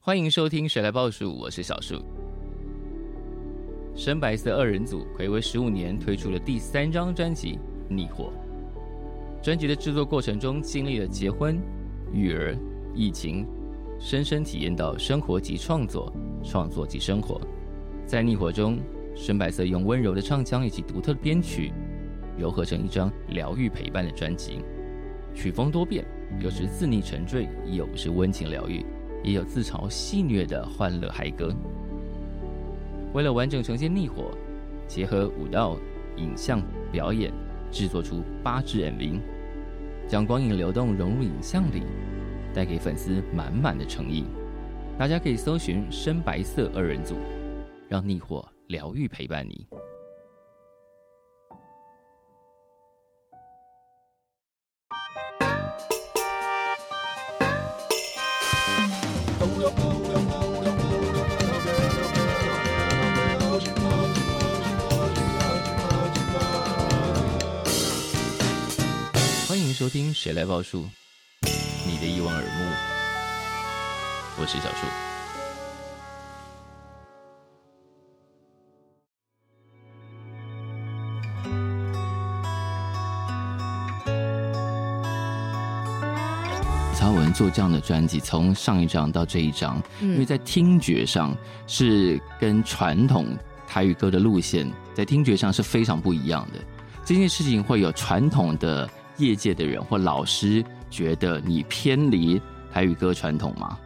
欢迎收听《谁来报数》，我是小树。深白色二人组暌违十五年推出了第三张专辑《逆火》。专辑的制作过程中，经历了结婚、育儿、疫情，深深体验到生活及创作，创作及生活。在《逆火》中，深白色用温柔的唱腔以及独特的编曲，糅合成一张疗愈陪伴的专辑。曲风多变，有时自溺沉醉，有时温情疗愈，也有自嘲戏谑的欢乐嗨歌。为了完整呈现《逆火》，结合舞蹈、影像、表演，制作出八支 MV，将光影流动融入影像里，带给粉丝满满的诚意。大家可以搜寻“深白色二人组”，让逆火疗愈陪伴你。欢迎收听《谁来报数》，你的一望而目，我是小树。曹文做这样的专辑，从上一张到这一张，因为嗯在听觉上是跟传统台语歌的路线，在听觉上是非常不一样的。这件事情会有传统的业界的人或老师觉得你偏离台语歌传统吗？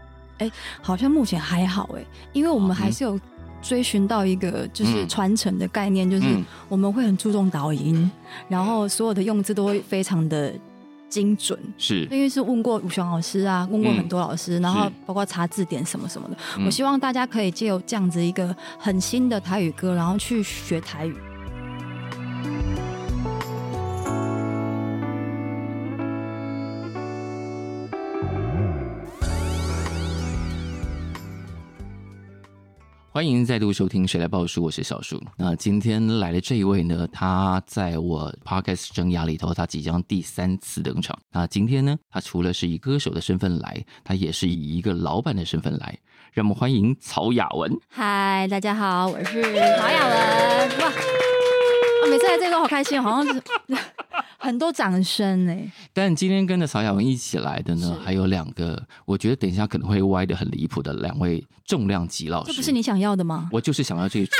好像目前还好哎，因为我们还是有追寻到一个就是嗯传承的概念，就是嗯我们会很注重导音，然后所有的用字都会非常的精准。是，因为是问过武雄老师啊，问过嗯很多老师，然后是包括查字典什么什么的。嗯我希望大家可以借由这样子一个很新的台语歌，然后去学台语。欢迎再度收听《谁来报数》，我是小树。那今天来的这一位呢，他在我 podcast 生涯里头，他即将第三次登场。那今天呢，他除了是以歌手的身份来，他也是以一个老板的身份来。让我们欢迎曹雅文。嗨，大家好，我是曹雅文。哇，我啊每次来这里都好开心，好像是 很多掌声哎、但今天跟着曹雅文一起来的呢是，还有两个，我觉得等一下可能会歪的很离谱的两位重量级老师。这不是你想要的吗？我就是想要这一局。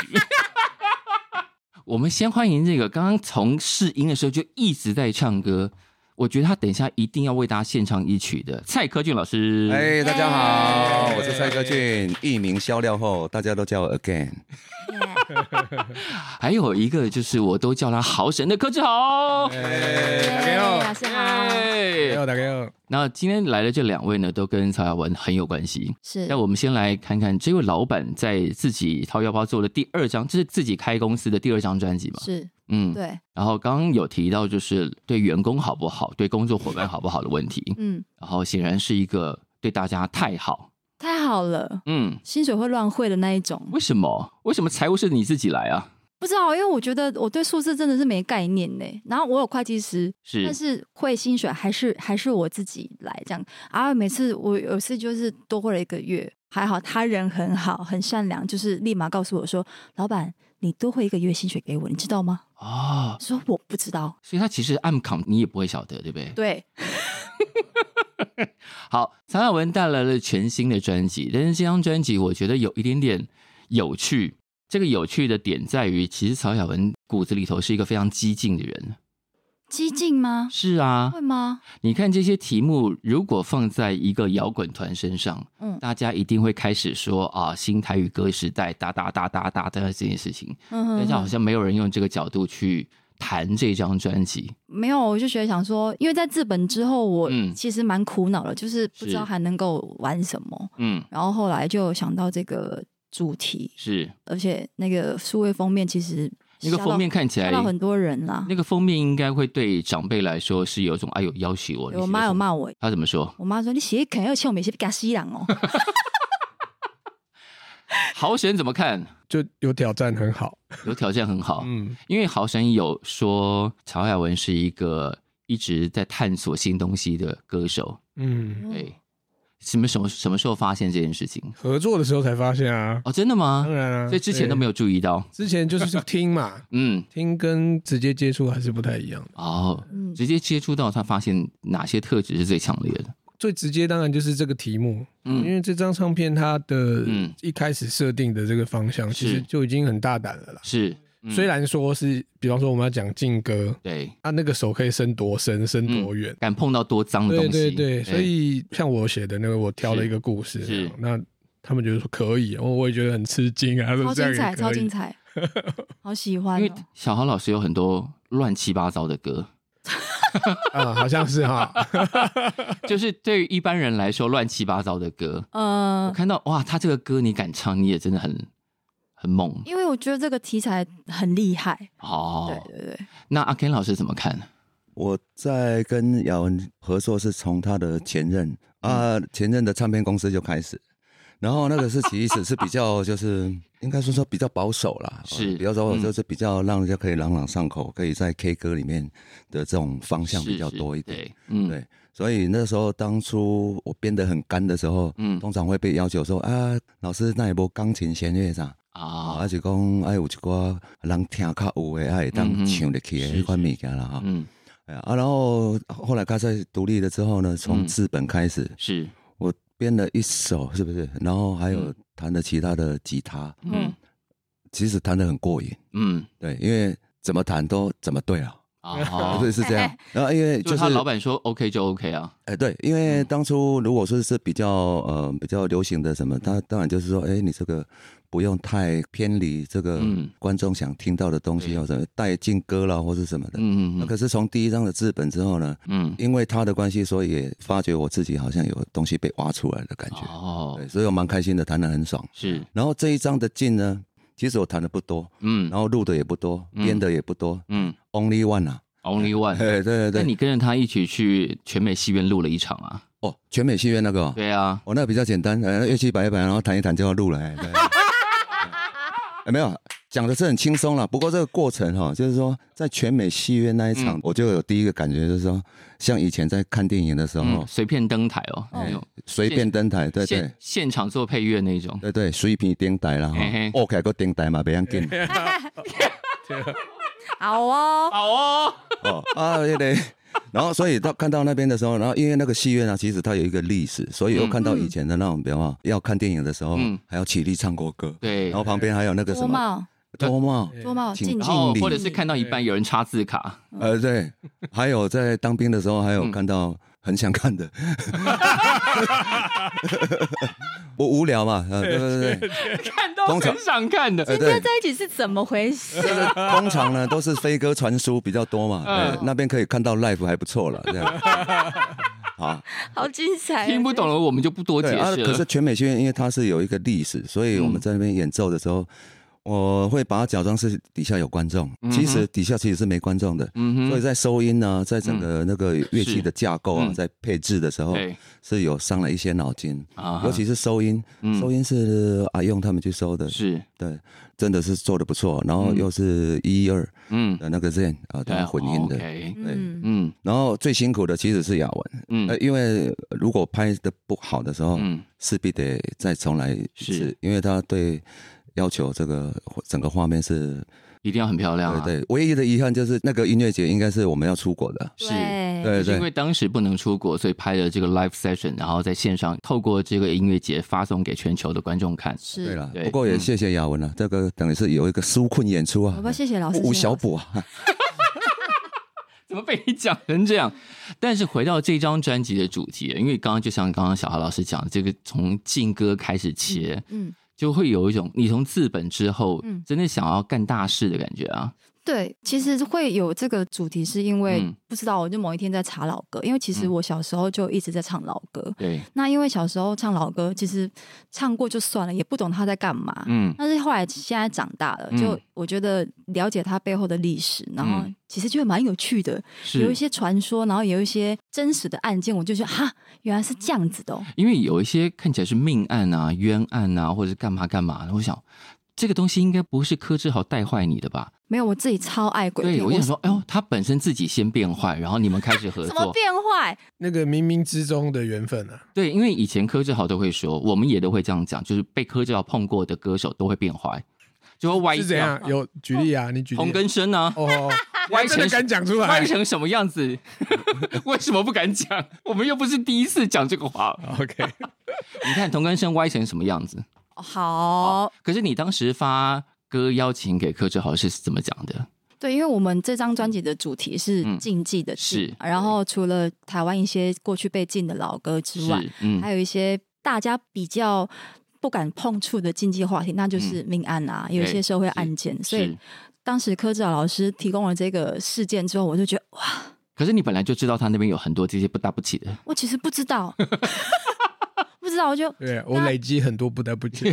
我们先欢迎这个，刚刚从试音的时候就一直在唱歌，我觉得他等一下一定要为大家献唱一曲的蔡科俊老师。哎，大家好哎，我是蔡科俊，艺名消掉后，大家都叫我 Again。还有一个就是我都叫他豪神的柯志豪。哎，大家老好，师好，大家好，大家好。那今天来的这两位呢，都跟曹雅文很有关系。是那我们先来看看这位老板在自己掏腰包做的第二张，这是自己开公司的第二张专辑嘛？是，嗯，对，然后刚刚有提到就是对员工好不好，对工作伙伴好不好的问题。嗯，然后显然是一个对大家太好。太好了，嗯，薪水会乱汇的那一种。为什么？为什么财务是你自己来啊？不知道，因为我觉得我对数字真的是没概念呢。然后我有会计师，是但是会薪水还是还是我自己来这样。然后每次我有一次就是多汇了一个月，还好他人很好，很善良，就是立马告诉我说：“老板，你多汇一个月薪水给我，你知道吗哦？”，我说我不知道，所以他其实暗扛你也不会晓得，对不对？对，好，曹雅文带来了全新的专辑，但是这张专辑我觉得有一点点有趣。这个有趣的点在于，其实曹雅文骨子里头是一个非常激进的人。激进吗？是啊会，吗？你看这些题目，如果放在一个摇滚团身上，嗯大家一定会开始说啊，新台语歌时代，哒哒哒哒哒哒这件事情。嗯哼但是哼好像没有人用这个角度去谈这张专辑。没有，我就觉得想说，因为在日本之后，我嗯其实蛮苦恼的，就是不知道是还能够玩什么。嗯，然后后来就想到这个主题，是而且那个数位封面其实那个吓到封面看起吓来，到很多人啦，那个封面应该会对长辈来说是有一种哎呦要挟我。我妈有骂，骂我，她怎么说？我妈说你写肯定要欠我们是假西郎 哦，豪神怎么看？就有挑战，很好。有条件很好，嗯，因为豪神有说曹雅文是一个一直在探索新东西的歌手，嗯，对，什么什么什么时候发现这件事情？合作的时候才发现啊，哦，真的吗当？然啊，所以之前都没有，有注意到。之前就是 听嘛，嗯，听跟直接接触还是不太一样的。哦，嗯，直接接触到他，发现哪些特质是最强烈的？最直接当然就是这个题目，因嗯，为这张唱片它的嗯一开始设定的这个方向，其实是就已经很大胆了啦。是。嗯虽然说是，比方说我们要讲劲歌，对，他那个手可以伸多深，伸多远。敢碰到多脏的对嗯东对西，哎对，所以像我写的那个，我挑了一个故事是是，那他们觉得说可以，我我也觉得很吃惊啊，超这精样彩，也超可精以。 彩，好喜欢因哦、为小豪老师有很多乱七八糟的 歌，啊，好像是哈，就是对于一般人来说乱七八糟的歌，我呃，看到哇，他这个歌你敢唱，你也真的很很猛因为我觉得这个题材很厉害，哦。对对对，那阿 Ken 老师怎么看？我在跟雅文合作是从他的前任嗯啊、前任的唱片公司就开始，然后那个是其实是比较就是应该说说比较保守啦，是呃比较说嗯就是比较让人家可以朗朗上口，可以在 K 歌里面的这种方向比较是多一点。是对，嗯，对所以那时候当初我编得很干的时候，嗯通常会被要求说啊，老师那一波钢琴弦乐啥，啊，啊而，且讲哎有一寡人听较有诶，爱当嗯嗯唱入去是诶迄款物件啦哈。嗯，哎呀啊，然后后来他在独立了之后呢，从嗯资本开始，是，我编了一首，是不是？然后还有嗯弹了其他的吉他，嗯嗯其实弹得很过瘾，嗯，对，因为怎么弹都怎么对啊，啊， 对，是这 样。然后因为就就是是他老板说 OK 就 OK 啊，哎，对，因为嗯当初如果说是比较呃比较流行的什么，他当然就是说，哎，你这个不用太偏离这个嗯观众想听到的东西，对或者带进歌啦，或是什么的。嗯那嗯可是从第一张的资本之后呢，嗯，因为他的关系，所以也发觉我自己好像有东西被挖出来的感觉，哦对，，所以我蛮开心的，弹得很爽。是，然后这一张的进呢，其实我弹的不多，嗯，然后录的也不多，嗯编的也不多嗯，Only One 啊， ，Only One。哎，对对那对，你跟着他一起去全美戏院录了一场啊？哦，全美戏院那个哦，对啊，哦，那比较简单，呃，乐器摆一摆，然后弹一弹就要录了。 哎对哎没有，讲的是很轻松了。不过这个过程哈、就是说在全美戏院那一场，嗯我就有第一个感觉，就是说像以前在看电影的时候嗯，，随便登台哦，嗯那种随、便登台，对对现现场做配乐那种，对对，随便登台啦哈嘿嘿。 OK，个登台嘛，别 要紧好哦，好哦，哦啊，那个。然后，所以到看到那边的时候，然后因为那个戏院啊，其实它有一个历史，所以又嗯看到以前的那种，比方说要看电影的时候嗯，还要起立唱过歌，对然，后旁边还有那个什多么帽脱帽，多帽请敬然然后敬礼或者是看到一半有人插字卡，嗯呃，对，还有在当兵的时候，还嗯有看到很想看的，我无聊嘛，呃，对对对，看到通常很想看的，呃，今天对，在一起是怎么回事？ 这个通常呢都是飞鸽传书比较多嘛，嗯呃，那边可以看到 live 还不错了，这样。好，好精彩，哦听不懂了我们就不多解对啊，释可是了。嗯全美学院因为它是有一个历史，所以我们在那边演奏的时候，我会把它假装是底下有观众，嗯哼其实底下其实是没观众的。嗯所哼，以在收音呢、在整个那个乐器是的架构啊，嗯在配置的时候，对是有伤了一些脑筋，啊尤其是收音，嗯收音是阿用他们去收的，是对，真的是做的不错。然后又是一二嗯，的那个 Zen 啊，对他啊们混音的。 ，OK，嗯，嗯然后最辛苦的其实是雅文，呃，嗯因为如果拍的不好的时候，嗯，势必得再重来一次是，因为他对要求这个整个画面是，一定要很漂亮啊，对对。唯一的遗憾就是那个音乐节应该是我们要出国的，是对对就是对因为当时不能出国，所以拍了这个 live session，然后在线上透过这个音乐节发送给全球的观众看。是对了对，不过也嗯谢谢雅文啊，这个等于是有一个纾困演出啊好，吧，谢谢老师，谢吴谢小老师补啊，怎么被你讲成这样？但是回到这张专辑的主题，因为刚刚就像刚刚小豪老师讲的，这个从劲歌开始切，嗯，就会有一种你从自本之后，嗯真的想要干大事的感觉啊。对，其实会有这个主题，是因为嗯不知道，我就某一天在查老歌，因为其实嗯我小时候就一直在唱老歌。对，那因为小时候唱老歌，其实唱过就算了，也不懂他在干嘛。嗯但是后来现在长大了，嗯就我觉得了解它背后的历史，然后嗯其实觉得蛮有趣的，是有一些传说，然后有一些真实的案件，我就觉得哈，原来是这样子的、哦。因为有一些看起来是命案啊、冤案啊，或者是干嘛干嘛的，我想这个东西应该不是柯志豪带坏你的吧？没有，我自己超爱鬼片。对，我就想说，哎呦，他本身自己先变坏，然后你们开始合 怎么作。变坏？那个冥冥之中的缘分啊，对，因为以前柯志豪都会说，我们也都会这样讲，就是被柯志豪碰过的歌手都会变坏，就会歪是怎掉样？有举例啊？你举例啊。红根生啊，哦， 歪我真的成敢讲出歪来。成什么样子？ 为什么不敢讲？我们又不是第一次讲这个话。 OK，你看童根生歪成什么样子？好，可是你当时发歌邀请给柯志豪是怎么讲的？对，因为我们这张专辑的主题是嗯禁忌的禁是嘛，然后除了台湾一些过去被禁的老歌之外，是，嗯，还有一些大家比较不敢碰触的禁忌话题，那就是命案啊，有一些社会案件。所以嗯是。当时柯志豪老师提供了这个事件之后，我就觉得哇，可是你本来就知道他那边有很多这些不搭不起的，我其实不知 道，不知道，我就对我累积很多不得不提，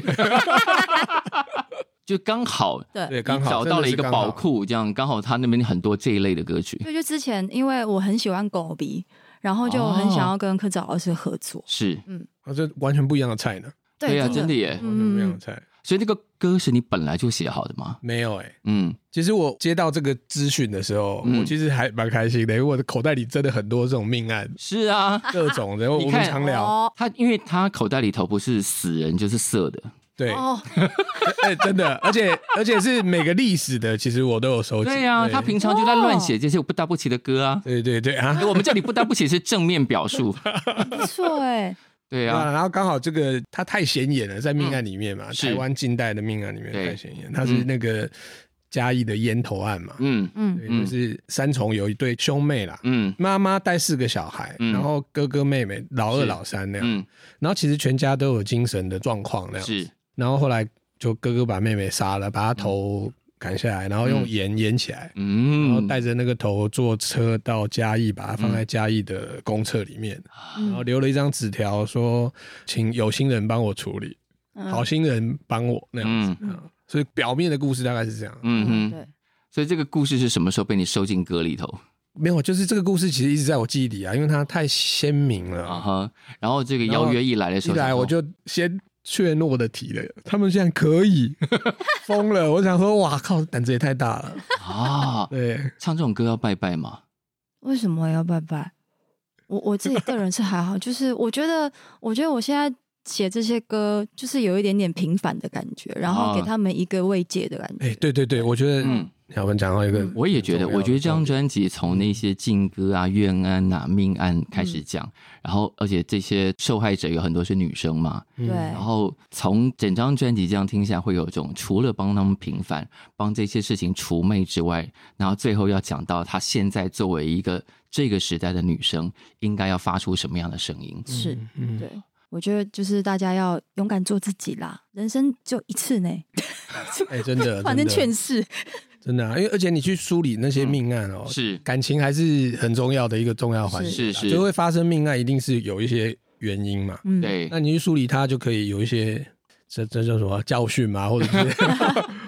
就刚好对，对。刚你好找到了一个宝，真的是刚好库，这样刚好他那边很多这一类的歌曲，就就之前，因为我很喜欢狗鼻，然后就很哦想要跟柯志豪老师合作。是哦这完全不一样的菜呢，对呀、啊真的耶。完全不一样的菜。嗯所以那个歌是你本来就写好的吗？没有哎，嗯，其实我接到这个资讯的时候，嗯我其实还蛮开心的，因为我的口袋里真的很多这种命案，是啊，各种的，我你们看常聊。哦他因为他口袋里头不是死人就是色的，对，哦，哎，真的，而且而且是每个历史的，其实我都有收集。对呀、他平常就在乱写这些不搭不起的歌啊。对对对 啊，我们叫你不搭不起是正面表 述，不错哎，对对啊，啊，嗯然后刚好这个他太显眼了，在命案里面嘛，是台湾近代的命案里面对太显眼，他是嗯那个嘉义的烟头案嘛，嗯嗯，对，嗯就是三重有一对兄妹啦，嗯妈妈带四个小孩，嗯然后哥哥妹妹老二是老三那样，嗯，然后其实全家都有精神的状况那样，是，然后后来就哥哥把妹妹杀了，把她头砍下来，然后用嗯盐腌起来。然后嗯，带着那个头坐车到嘉义，把它放在嘉义的公厕里面，然后嗯留了一张纸条说，请有心人帮我处理，嗯好心人帮我那样子。嗯啊所以表面的故事大概是这样，嗯哼，对，所以这个故事是什么时候被你收进歌里头没有，就是这个故事其实一直在我记忆里啊，因为它太鲜明了。啊哈？然后这个然后邀约一来的时一候，来想说我就先怯懦的提了，他们竟然可以， 疯了！我想说，哇靠，胆子也太大了。 啊，对，唱这种歌要拜拜嘛，为什么要拜拜？我 我自己个人是还好，就是我觉得，我觉得我现在写这些歌，就是有一点点平凡的感觉，然后给啊他们一个慰藉的感哎、觉。对对对，我觉得，嗯嗯，我们讲到一个，我也觉得，很重要的我觉得这张专辑从那些禁歌啊、冤案啊、命案开始讲，嗯然后而且这些受害者有很多是女生嘛，嗯对然后从整张专辑这样听起来，会有一种除了帮他们平反、帮这些事情除魅之外，然后最后要讲到她现在作为一个这个时代的女生，应该要发出什么样的声音？是，嗯，对，我觉得就是大家要勇敢做自己啦，人生只有一次呢，哎、真的，反正真劝的世。真的啊、因为而且你去梳理那些命案哦，嗯是嗯感情还是很重要的一个重要环节啦，啊是是就会发生命案，一定是有一些原因嘛。嗯，，对那你去梳理它，就可以有一些这这叫什么教训嘛，或者 是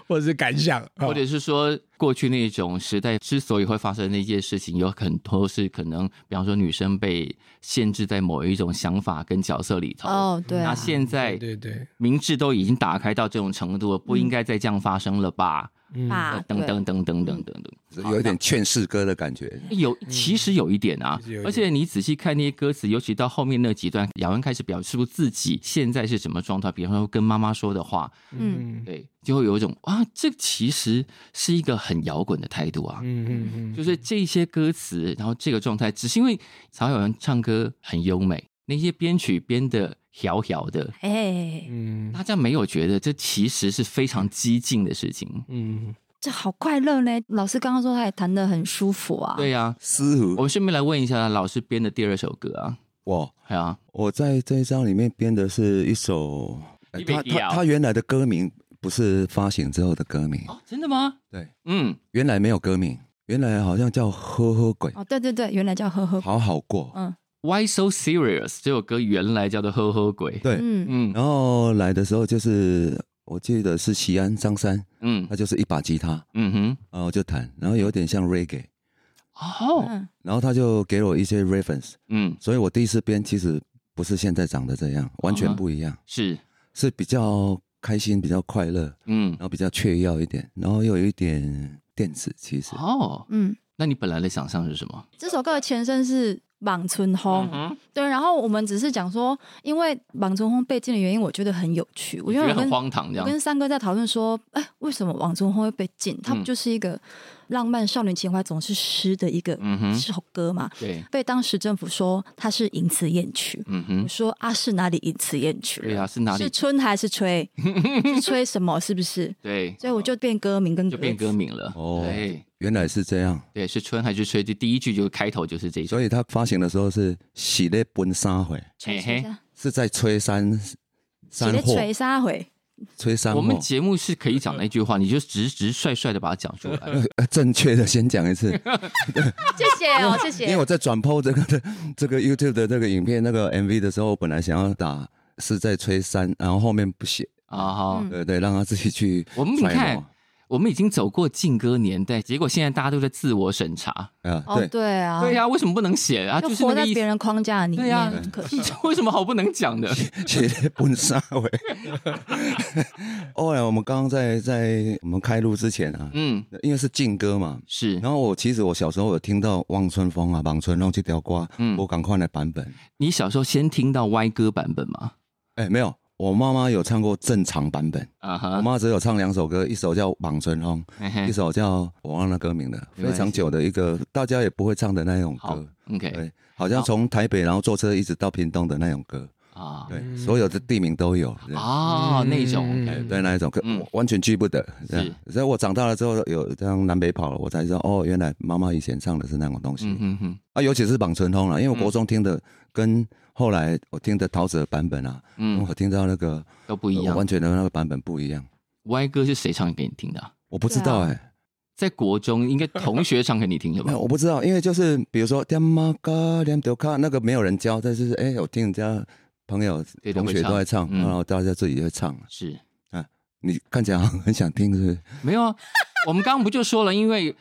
或者是感想，啊哦或者是说，过去那种时代之所以会发生那些事情，有很多是可能，比方说女生被限制在某一种想法跟角色里头。哦，对那啊，现在对对，明智都已经打开到这种程度了，不应该再这样发生了吧？嗯爸，等啊对呃嗯等等等等等等。有一点劝世歌的感觉。有，其实有一点啊其实有，一点而且你仔细看那些歌词，尤其到后面那几段，雅文开始表示出自己现在是什么状态，比方说跟妈妈说的话，嗯对，就会有一种啊，这其实是一个很摇滚的态度啊，嗯嗯嗯，就是这些歌词，然后这个状态，只是因为曹小文唱歌很优美，那些编曲编的摇摇的，哎，嗯大家没有觉得这其实是非常激进的事情，嗯，这好快乐呢。老师刚刚说他也弹的很舒服啊，对，呀、师我傅，们顺便来问一下老师编的第二首歌啊，我对啊，我在这一张里面编的是一首，呃一杯他饮料他他原来的歌名不是发行之后的歌名，哦，真的吗？对，嗯。原来没有歌名，原来好像叫《呵呵鬼》，哦，对对对，原来叫呵呵，好好过。嗯 Why so serious？这首歌原来叫做《呵呵鬼》。对，嗯嗯然后来的时候就是我记得是西安张三，嗯他就是一把吉他，嗯哼，然后我就弹，然后有点像 reggae，哦，嗯，然后他就给我一些 reference，嗯所以我第一次编其实不是现在长得这样，完啊全不一样，是，是比较开心、比较快乐，嗯然后比较雀跃一点，然后又有一点电子，其实哦，嗯，那你本来的想象是什么？这首歌的前身是《莽村红》嗯，对，然后我们只是讲说，因为《莽村红》被禁的原因，我觉得很有趣。我我觉觉得得我很跟荒唐这我样。跟三哥在讨论说，哎，为什么《莽村红》会被禁？它不嗯就是一个浪漫少女情怀总是诗的一个嗯哼首歌嘛？对，被当时政府说它是淫词艳曲。嗯我哼，说啊，是哪里淫词艳曲了？对啊，是哪里是？春还是吹？ 是吹什么？是不是？对，所以我就变歌名跟就变词歌名了。哦对原来是这样。对，是春还是吹？就第一句就开头就是这一首。所以他发行的时候是喜列奔三回，吹嘿吹嘿啥？是在吹山山谁在货，吹啥回？吹山我们货。节目是可以讲那句话，你就直直率率的把它讲出来。呃正确的先讲一 次，谢谢哦，谢因为我在转 PO 这个的这个 YouTube 的这个影片那个 MV 的时候，我本来想要打是在吹山，然后后面不写，啊哈，嗯对对，让他自己去揣摩。我们你看，我们已经走过禁歌年代，结果现在大家都在自我审查。啊，哦，对，对啊，对呀，为什么不能写啊？就就是活那在个意别思。人框架里面，对啊 很可惜。为什么好不能讲的？ 写在本上回。后来我们刚刚在在我们开录之前啊，嗯，因为是劲歌嘛，是然后我其实我小时候有听到《望春风》啊，《望春风》这条歌，嗯我赶快的版本。你小时候先听到歪歌版本吗？哎，没有，我妈妈有唱过正常版本，啊我哈，妈只有唱两首歌，一首叫《望春风嘿》，嘿一首叫我忘了歌名了，没关非系常久的一个大家也不会唱的那种好歌。 ，OK 对，好像从台北然后坐车一直到屏东的那种歌，啊对，嗯所有的地名都有。对啊，那种嗯 OK，哎对那一种，可嗯我完全记不得。这样所以我长大了之后有这样南北跑了，我才知道哦，原来妈妈以前唱的是那种东西、嗯哼嗯哼，啊，尤其是绑春通了，因为我国中听的跟后来我听的陶喆的版本啊，嗯，我听到那个都不一我样。完全的那个版本不一样，歪歌是谁唱给你听的啊？我不知道对哎、在国中应该同学唱给你听的吧没有？我不知道，因为就是比如说点妈嘎点丢卡那个没有人教，但是哎、我听人家朋友对都同会学都在唱，唱嗯然后大家自己就会唱。是你看起来好像很想听，是不是？没有啊，我们刚刚不就说了，因为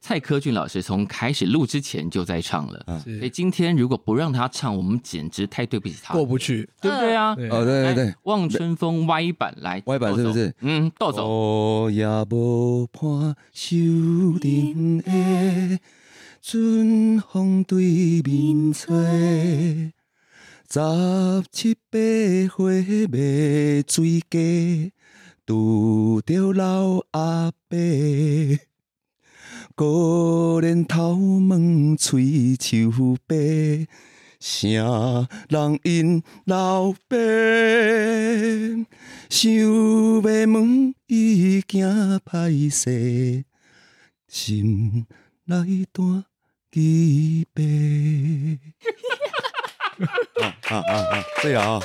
蔡科俊老师从开始录之前就在唱了，啊所以是今天如果不让他唱，我们简直太对不起他了，过不去。对不对啊？对哦，对对来对。，望春风歪版来，歪版豆是不总是？哦嗯，豆总，我也无伴，受冷的，春风对面吹，十七八岁未醉嫁，拄着老阿伯，果然头毛喙树白。啥人因老爸想要问伊惊歹势，心内单记悲。啊啊啊！对啊，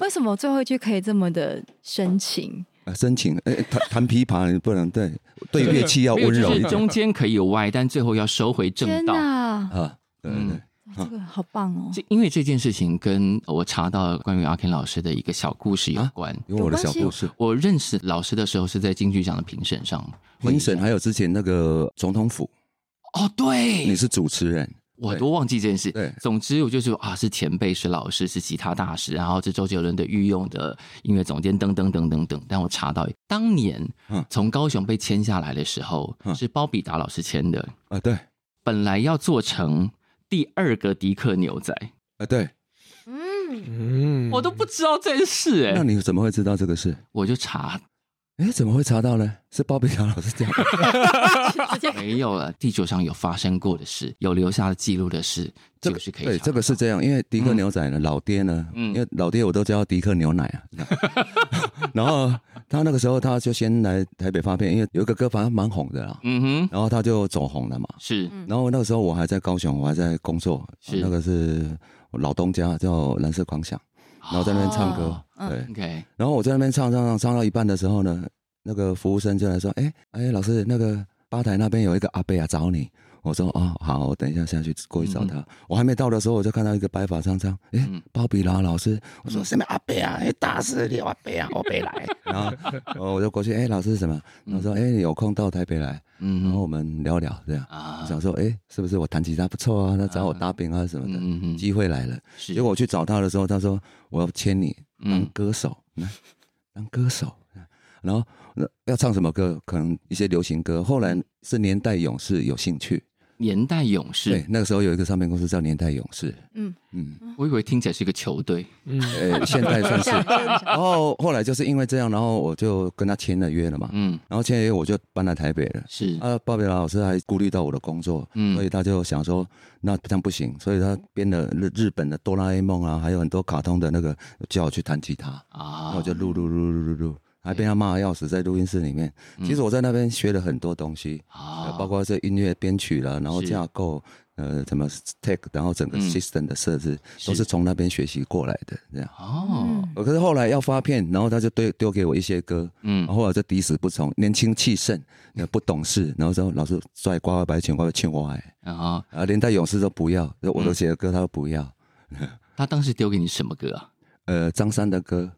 为什么最后一句可以这么的深情？啊深情哎，弹弹琵琶你不能对对乐器要没有温就柔是一点中间可以有歪，但最后要收回正天道。哪，啊，对对对嗯，这个好棒哦！这因为这件事情跟我查到关于阿 Ken 老师的一个小故事有关。有我的小故事。我认识老师的时候是在金曲奖的评审上，评审还有之前那个总统府，哦，对，你是主持人，我对都忘记这件事。对总之我就是啊，是前辈，是老师，是吉他大师，然后是周杰伦的御用的音乐总监，等等等等等。但我查到当年嗯从高雄被签下来的时候，嗯是包比达老师签的，啊对本来要做成。第二个迪克牛仔，啊对，嗯，嗯我都不知道这件事哎、那你怎么会知道这个事？我就查哎，怎么会查到呢？是包比达老师讲的。直接没有了，地球上有发生过的事，有留下记录的事，这就个是可以查对，得到。这个是这样，因为迪克牛仔呢，老爹呢，嗯因为老爹我都叫他迪克牛奶啊。 然后他那个时候他就先来台北发片，因为有一个歌反正蛮红的啦，嗯哼，然后他就走红了嘛。是嗯然后那个时候我还在高雄，我还在工作，是那个是我老东家叫蓝色狂想，然后在那边唱歌，嗯哦对， OK，然后我在那边唱唱唱唱到一半的时候呢，那个服务生就来说：“哎哎，老师，那个吧台那边有一个阿贝啊找你。”我说：“哦，好，我等一下下去过去找他。我还没到的时候，我就看到一个白发苍苍，哎，嗯包比拉老师。我说：“什么阿贝啊？哎，大师你有阿贝啊，我贝来。” 然后呃我就过去，哎，老师是什么？他说：“哎，你有空到台北来，嗯哼，然后我们聊聊这样。”啊，想说，哎，是不是我弹吉他不错啊？他找我搭饼啊什么的，嗯嗯嗯机会来了。是结果我去找他的时候，他说我要签你当嗯歌手，来当歌手。然后那要唱什么歌，可能一些流行歌。后来是年代勇士有兴趣，年代勇对士，，那个时候有一个唱片公司叫年代勇士，嗯，嗯，我以为听起来是一个球队，嗯，呃，现 在算这样是。这样然后后来就是因为这样，然后我就跟他签了约了嘛，嗯，然后签了约我就搬来台北了。是，啊，鲍比拉老师还顾虑到我的工作，嗯所以他就想说，那这样不行，所以他编了日日本的哆啦 A 梦啊，还有很多卡通的那个，叫我去弹吉他，然啊，后我就录录录录录录，还被他骂得要死，在录音室里面。哦嗯其实我在那边学了很多东西，呃啊，包括这音乐编曲啦，然后是架构，呃，怎么 take，然后整个嗯 system 的设置，是都是从那边学习过来的。这样，嗯哦，呃可是后来要发片，然后他就丢丢给我一些歌，嗯然，后我就抵死不从，年轻气盛，呃不懂事，然后说老师拽瓜瓜白钱瓜欠我哎，然后啊连带勇士都不要，我嗯都写的歌他都不要，他当时丢给你什么歌啊？呃张三的歌，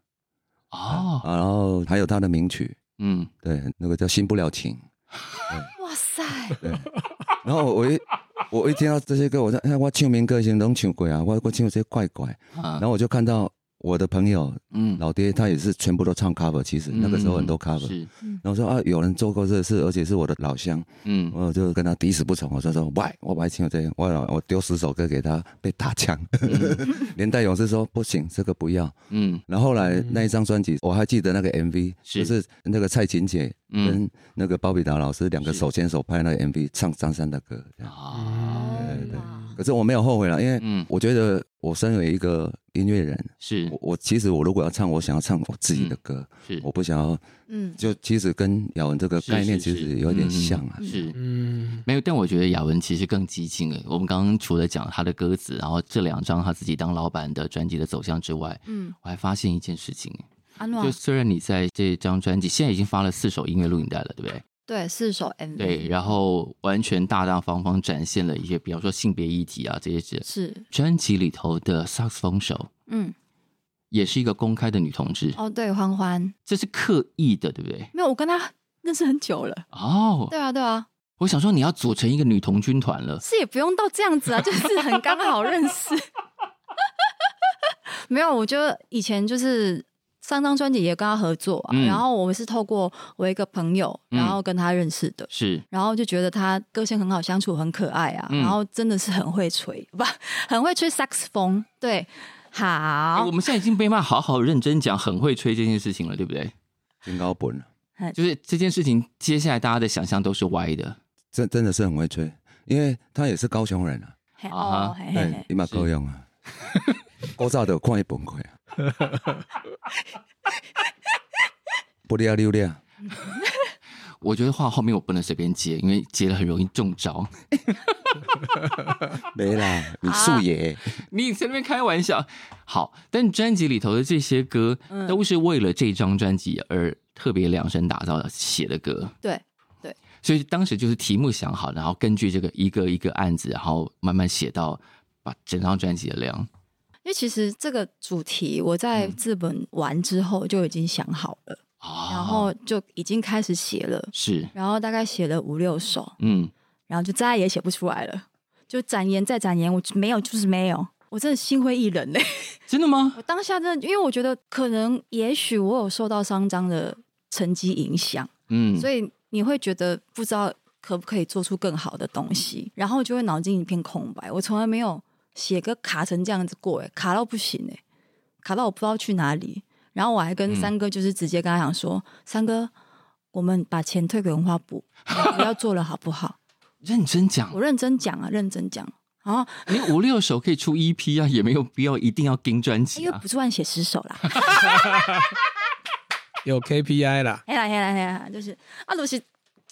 哦，啊然后还有他的名曲，嗯，对，那个叫新不了情，哇塞，然后我一我一听到这些歌，我说哎我唱民歌已经能唱过啊，我我唱这些怪怪，啊然，后我就看到我的朋友嗯，老爹他也是全部都唱 cover，其实那个时候很多嗯 cover，、是，然后说啊有人做过这事，而且是我的老乡。嗯，我就跟他抵死不从，我就说喂，我白听我这样，我我丢十首歌给他，被打枪。 连带勇士说不行，这个不要。嗯，然后后来那一张专辑，我还记得那个 MV，是嗯就是那个蔡琴姐跟那个包比达老师两个手牵手拍那个 MV，唱张三的歌。这样啊，哦对对，可是我没有后悔了，因嗯为我觉得我身为一个音乐人，是我我其实我如果要唱，我想要唱我自己的歌，是我不想要嗯，就其实跟雅文这个是概念是其是嗯实有点像啊。是。嗯，没有，但我觉得雅文其实更激进了。我们刚刚除了讲他的歌词，然后这两张他自己当老板的专辑的走向之外，嗯，我还发现一件事情，安诺啊就虽然你在这张专辑现在已经发了四首音乐录影带了，对不对？对四首 MV，对，然后完全大大方方展现了一些，比方说性别议题啊这些事。是，专辑里头的萨克斯风手嗯，也是一个公开的女同志，哦，对，欢欢，这是刻意的，对不对？没有，我跟他认识很久了，哦，对啊，对啊，我想说你要组成一个女童军团了，是也不用到这样子啊，就是很刚好认识。 没有，我觉得以前就是上张专辑也跟他合作啊，嗯然后我们是透过我一个朋友，嗯然后跟他认识的。是然后就觉得他个性很好相处，很可爱啊，嗯然后真的是很会吹，不，很会吹萨克斯风。对，哎好我，们现在已经被骂好好认真讲很会吹这件事情了，对不对？金高本啊就是这件事情，接下来大家的想象都是歪的。真真的是很会吹，因为他也是高雄人啊，嘿啊哦哈，嘿嘿对嘿，你嘛高雄啊， 古早就看伊崩溃啊， 不哩啊溜哩啊，我觉得话后面我不能随便接，因为接了很容易中招。没啊啦，你素爷， 你在那边开玩笑，好，但专辑里头的这些歌嗯都是为了这张专辑而特别量身打造的写的歌，对，所以当时就是题目想好，然后根据这个一个一个案子，然后慢慢写到把整张专辑的量。因为其实这个主题我在日本玩之后就已经想好了，嗯哦然后就已经开始写了，是，然后大概写了五六首，嗯，然后就再也写不出来了，就展颜再展颜，我没有就是没有，我真的心灰意冷嘞。欸真的吗 我？当下真的，因为我觉得可能也许我有受到商张的成绩影响，嗯，所以以你会觉得不知道可不可以做出更好的东西，然后就会脑筋一片空白。我从来没有写歌卡成这样子过，哎，卡到不行，哎，卡到我不知道去哪里。然后我还跟嗯三哥就是直接跟他讲说，三哥，我们把钱退给文化部，不要做了好 不好？认真讲我，认真讲啊，认真讲。哦然后你五六首可以出 EP 啊，也没有必要一定要盯专辑因为啊。不算写十首 啦，有 KPI 啦，嘿啦嘿啦嘿啦，就是啊，就是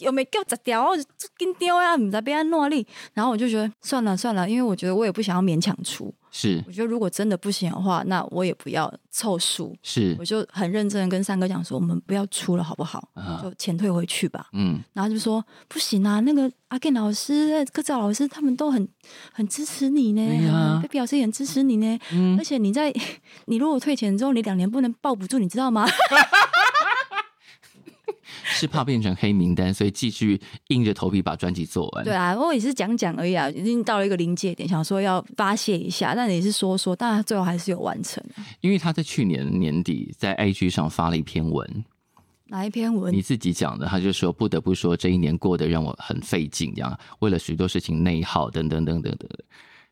又没叫十条，我就紧张啊，唔知被安哪里。然后我就觉得算了算了，因为我觉得我也不想要勉强出，是我觉得如果真的不行的话，那我也不要凑数，是我，就很认真的跟三哥讲说，我们不要出了好不好？啊就钱退回去吧。嗯然后就说不行啊，那个阿 Ken 老师、柯照老师他们都很很支持你呢、对哎呀 b a b y 老师也很支持你呢。嗯而，且你在 你如果退钱之后，你两年不能报补助，你知道吗？ 是怕变成黑名单，所以继续硬着头皮把专辑做完。对啊，我也是讲讲而已啊，已经到了一个临界点，想说要发泄一下，但也是说说，但最后还是有完成。因为他在去年年底在 IG 上发了一篇文，哪一篇文你自己讲的，他就说不得不说这一年过得让我很费劲，这样为了许多事情内耗等等等等等等，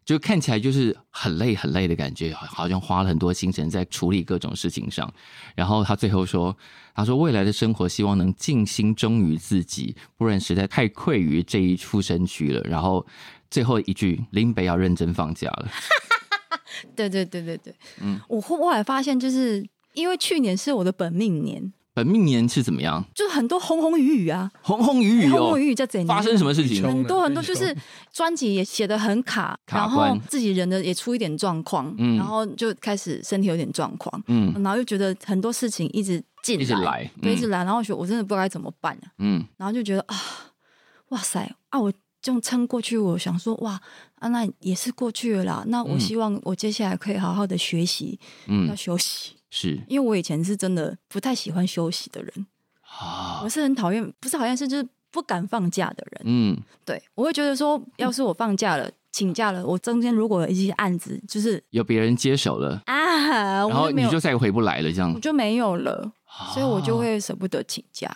就看起来就是很累很累的感觉，好好像花了很多精神在处理各种事情上。然后他最后说，他说未来的生活希望能尽心忠于自己，不然实在太愧于这一出身区了。然后最后一句，林北要认真放假了。对对对对对，嗯嗯，我后后来发现，就是因为去年是我的本命年，本命年是怎么样？就很多轰轰雨雨啊，红红雨雨轰哦轰，雨雨叫怎样？发生什么事情？很多了很多，被就冲是 专辑也写的很卡，卡然后关自己人的也出一点状况，嗯然后就开始身体有点状况，嗯，然后又觉得很多事情一直进一直来，对，一直嗯来，然后我觉得我真的不知道该怎么办啊，嗯然后就觉得啊，哇塞啊，我这样撑过去，我想说哇啊，那也是过去了啦，那我嗯希望我接下来可以好好的学习，要嗯，休息。是因为我以前是真的不太喜欢休息的人，啊我，是很讨厌，不是好像是就是不敢放假的人。嗯对我会觉得说，要是我放假了、请假了，我中间如果有一些案子，就是有别人接手了，啊，然后我就没你有，就再也回不来了，这样啊我，就没有了，所以我就会舍不得请假。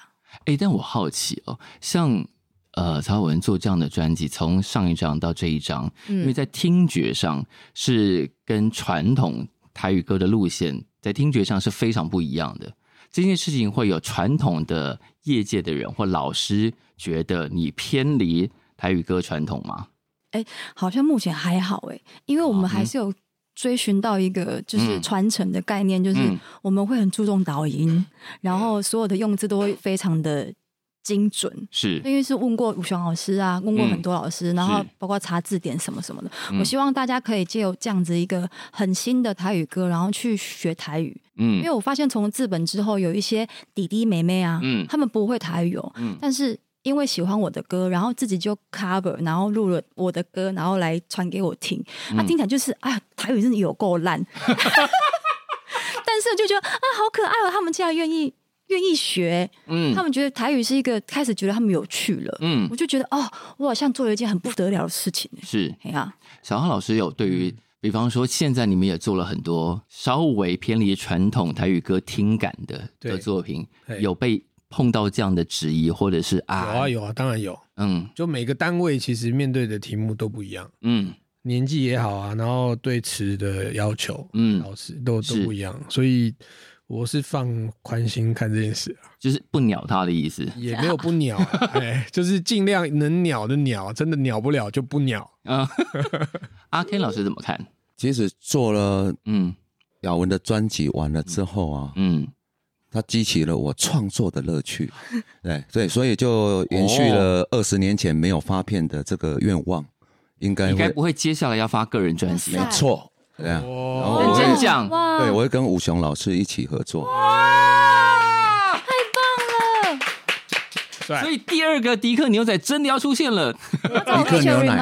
哎、但我好奇哦，像呃曹文做这样的专辑，从上一张到这一张，因为嗯，在听觉上是跟传统台语歌的路线在听觉上是非常不一样的。这件事情会有传统的业界的人或老师觉得你偏离台语歌传统吗？好像目前还好诶、因为我哦们还是有。追寻到一个就是嗯传承的概念，就是嗯我们会很注重导音，然后所有的用字都会非常的精准。是，因为是问过武雄老师啊，问过嗯很多老师，然后是包括查字典什么什么的。嗯我希望大家可以借由这样子一个很新的台语歌，然后去学台语。因嗯为我发现从字本之后，有一些弟弟妹妹啊，嗯他们不会台语哦，嗯但是因为喜欢我的歌，然后自己就 cover，然后录了我的歌，然后来传给我听。啊，嗯听起来就是哎呀，台语真的有够 烂，但是就觉得啊，好可爱哦，他们竟然愿意愿意学。他嗯们觉得台语是一个开始觉得他们有趣了，嗯我，就觉得哦，我好像做了一件很不得了的事情哎、是。哎呀、小浩老师有对嗯于，比方说现在你们也做了很多稍微偏离传统台语歌听感的对的作品，对有被碰到这样的质疑，或者是啊，有啊有啊，当然有。嗯就每个单位其实面对的题目都不一样，嗯年纪也好啊，然后对词的要求，嗯，老师都都是不一样，所以我是放宽心看这件事 啊，就是不鸟他的意思，也没有不鸟啊，哎，就是尽量能鸟的鸟，真的鸟不了就不鸟。啊， 阿 Ken 老师怎么看？其实做了嗯雅文的专辑完了之后啊，嗯，它激起了我创作的乐 趣，对对，所以就延续哦了二十年前没有发片的这个愿望，应该应该会不会接下来要发个人专辑哇没了塞，错，对啊，然后哦认我真会讲哇， 对我会跟武雄老师一起合作，所帅，以第二个迪克牛仔真的要出现了， 要找我一克牛 featuring 奶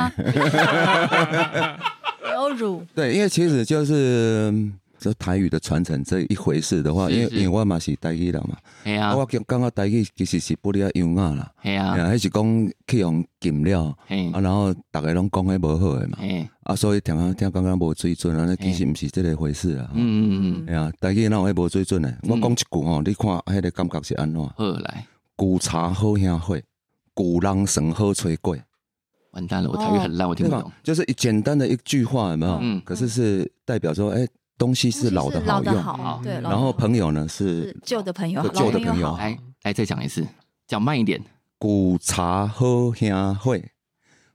吗？ 有乳，对，因为其实就是嗯这台语的传承这一回事的话，是因为是因为我嘛是台语人嘛，哎呀啊我感感觉台语其实是不哩优雅啦，哎呀，哎啊，迄是讲去用禁了，嘿啊，然后大家拢讲迄无好诶嘛，嘿，啊，所以听讲听讲讲无水准，啊，那其实毋是即个回事啊。嗯嗯嗯，哎呀，台语哪有迄无水准诶？我嗯讲一句吼，你看迄个感觉是安怎？后来旧茶好兄会，旧人神好吹过，完蛋了，我台语很烂，我听对不吧懂，？就是一简单的一句话，有没有？嗯可是是代表说，哎，东西是老的好老用的，好，对，然后朋友呢哦是是旧的朋友好，对旧的老朋友好，来来再讲一次，讲慢一点。旧茶好兄会，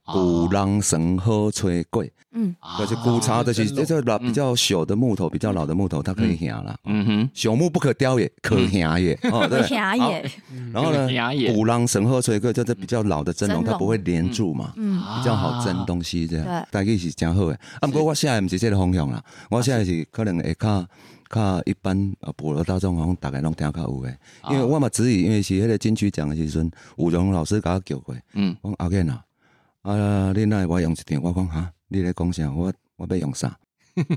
哦旧人神好吹过，嗯，啊就是古茶，就是真老这就老比较小的木头，比较老的木头，它可以行啦。嗯哼，小木不可雕也，可行也，哦，对。牙好也，然后呢可行也，古浪神鹤吹歌就是比较老的真龙，真它龙不会连住嘛，嗯，比较好啊蒸东西这样对。大家是真好诶。啊，不过我现在不是这个方向啦，我现在是可能会较较一般呃普罗大众，好像大家拢听较有诶。因为我嘛质疑，因为是迄个金曲奖的时阵，吴荣老师甲我叫过，嗯我讲阿健啊，啊，你哪会我用一张？我讲哈，你咧讲啥？我我要用啥？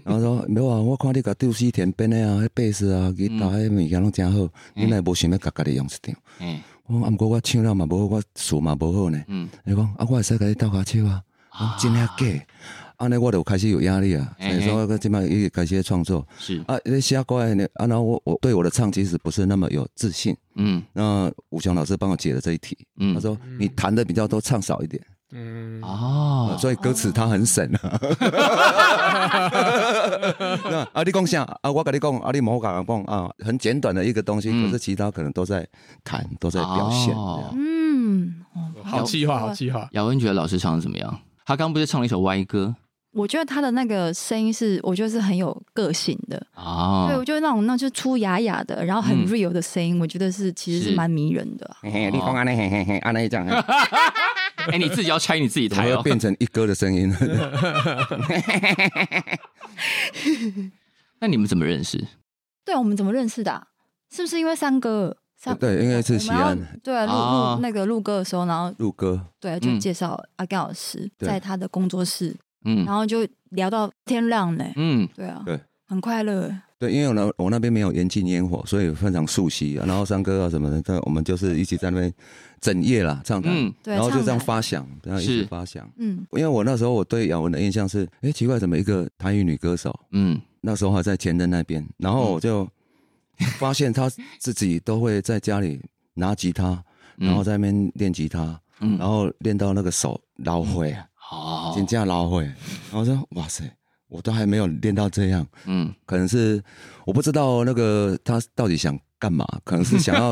然后说没有啊，我看你甲杜西田编的啊，迄贝斯啊、吉他迄物件拢真好，你哪会无想要甲家己用一张？哎我讲啊，毋过我唱了嘛无好，我词嘛无好呢。嗯，嗯伊讲啊，我会使甲你斗下手啊，我讲真诶假的？安尼我就开始有压力啊，所嗯哼以说我今麦也开始创作是，啊，那写歌呢，啊，然后我我对我的唱其实不是那么有自信，嗯那武强老师帮我解了这一题，嗯，他说你弹的比较多，唱少一点，啊嗯，哦，所以歌词他很省 啊。那啊，你讲啥啊？我跟你讲，啊，你莫讲讲啊，很简短的一个东西，嗯可是其他可能都在弹，都在表现。哦这样嗯，哦好计划，好计划，姚文觉得老师唱的怎么样？他刚不是唱了一首歪歌我觉得他的那个声音是，我觉得是很有个性的。啊？哦对，我觉得那种那就粗哑哑的，然后很嗯 real 的声音，我觉得是其实是是蛮迷人的啊、嘿嘿，你讲安尼，嘿嘿嘿，安尼这 样，嘿哎，你自己要拆你自己怎么台会哦。变成一哥的声音？ 那你们怎么认识？对，我们怎么认识的啊、是不是因为三哥？三呃对应该是西安哦我们要对，录啊录那个录歌的时候，然后入歌，对啊就嗯介绍阿甘老师对在他的工作室，嗯然后就聊到天亮嘞、嗯，对啊，对，很快乐欸。对，因为我那我那边没有严禁烟火，所以非常熟悉。然后三哥啊什么的，对我们就是一起在那边整夜啦唱弹，嗯对然后就唱这样弹发响，然后一是起发响。嗯，因为我那时候我对雅文的印象是，哎，奇怪，怎么一个台语女歌手？嗯，那时候还在前任那边，然后我就发现她自己都会在家里拿吉他，嗯然后在那边练吉他，嗯哦然后练到那个手老会啊，哦好真，正老会。然后说，哇塞，我都还没有练到这样，嗯可能是我不知道那个他到底想干嘛，可能是想 要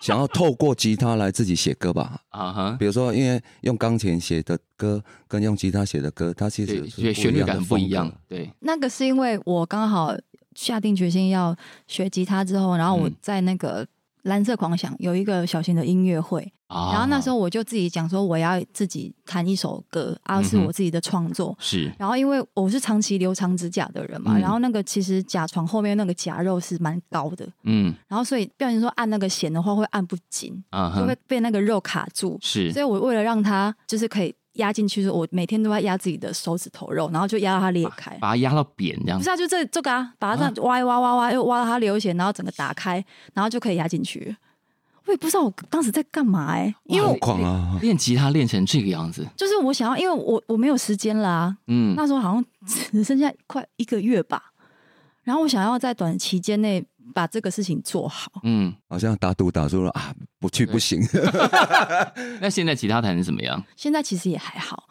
想要透过吉他来自己写歌吧。啊哈比，如说，因为用钢琴写的歌跟用吉他写的歌，它其实对，是对，不旋一律样的感很不一风格样，对，那个是因为我刚好下定决心要学吉他之后，然后我嗯在那个蓝色狂想有一个小型的音乐会，啊然后那时候我就自己讲说我要自己弹一首歌，啊，嗯是哼我自己的创作。是，然后因为我是长期留长指甲的人嘛，嗯然后那个其实甲床后面那个甲肉是蛮高的，嗯然后所以不小心说按那个弦的话会按不紧，啊就哈会，被那个肉卡住。是所以我为了让它就是可以压进去，我每天都在压自己的手指头肉，然后就压到它裂开。把它压到扁这样不是，啊，就这这个啊，把它这样挖一挖挖挖，又挖到它流血，然后整个打开，然后就可以压进去。我也不知道我当时在干嘛哎、因为好我狂啊！练吉他练成这个样子，就是我想要，因为我我没有时间啦、嗯那时候好像只剩下快一个月吧。然后我想要在短期间内把这个事情做好。嗯。好像打赌打输了啊，不去不行。那现在吉他弹的怎么样？现在其实也还好，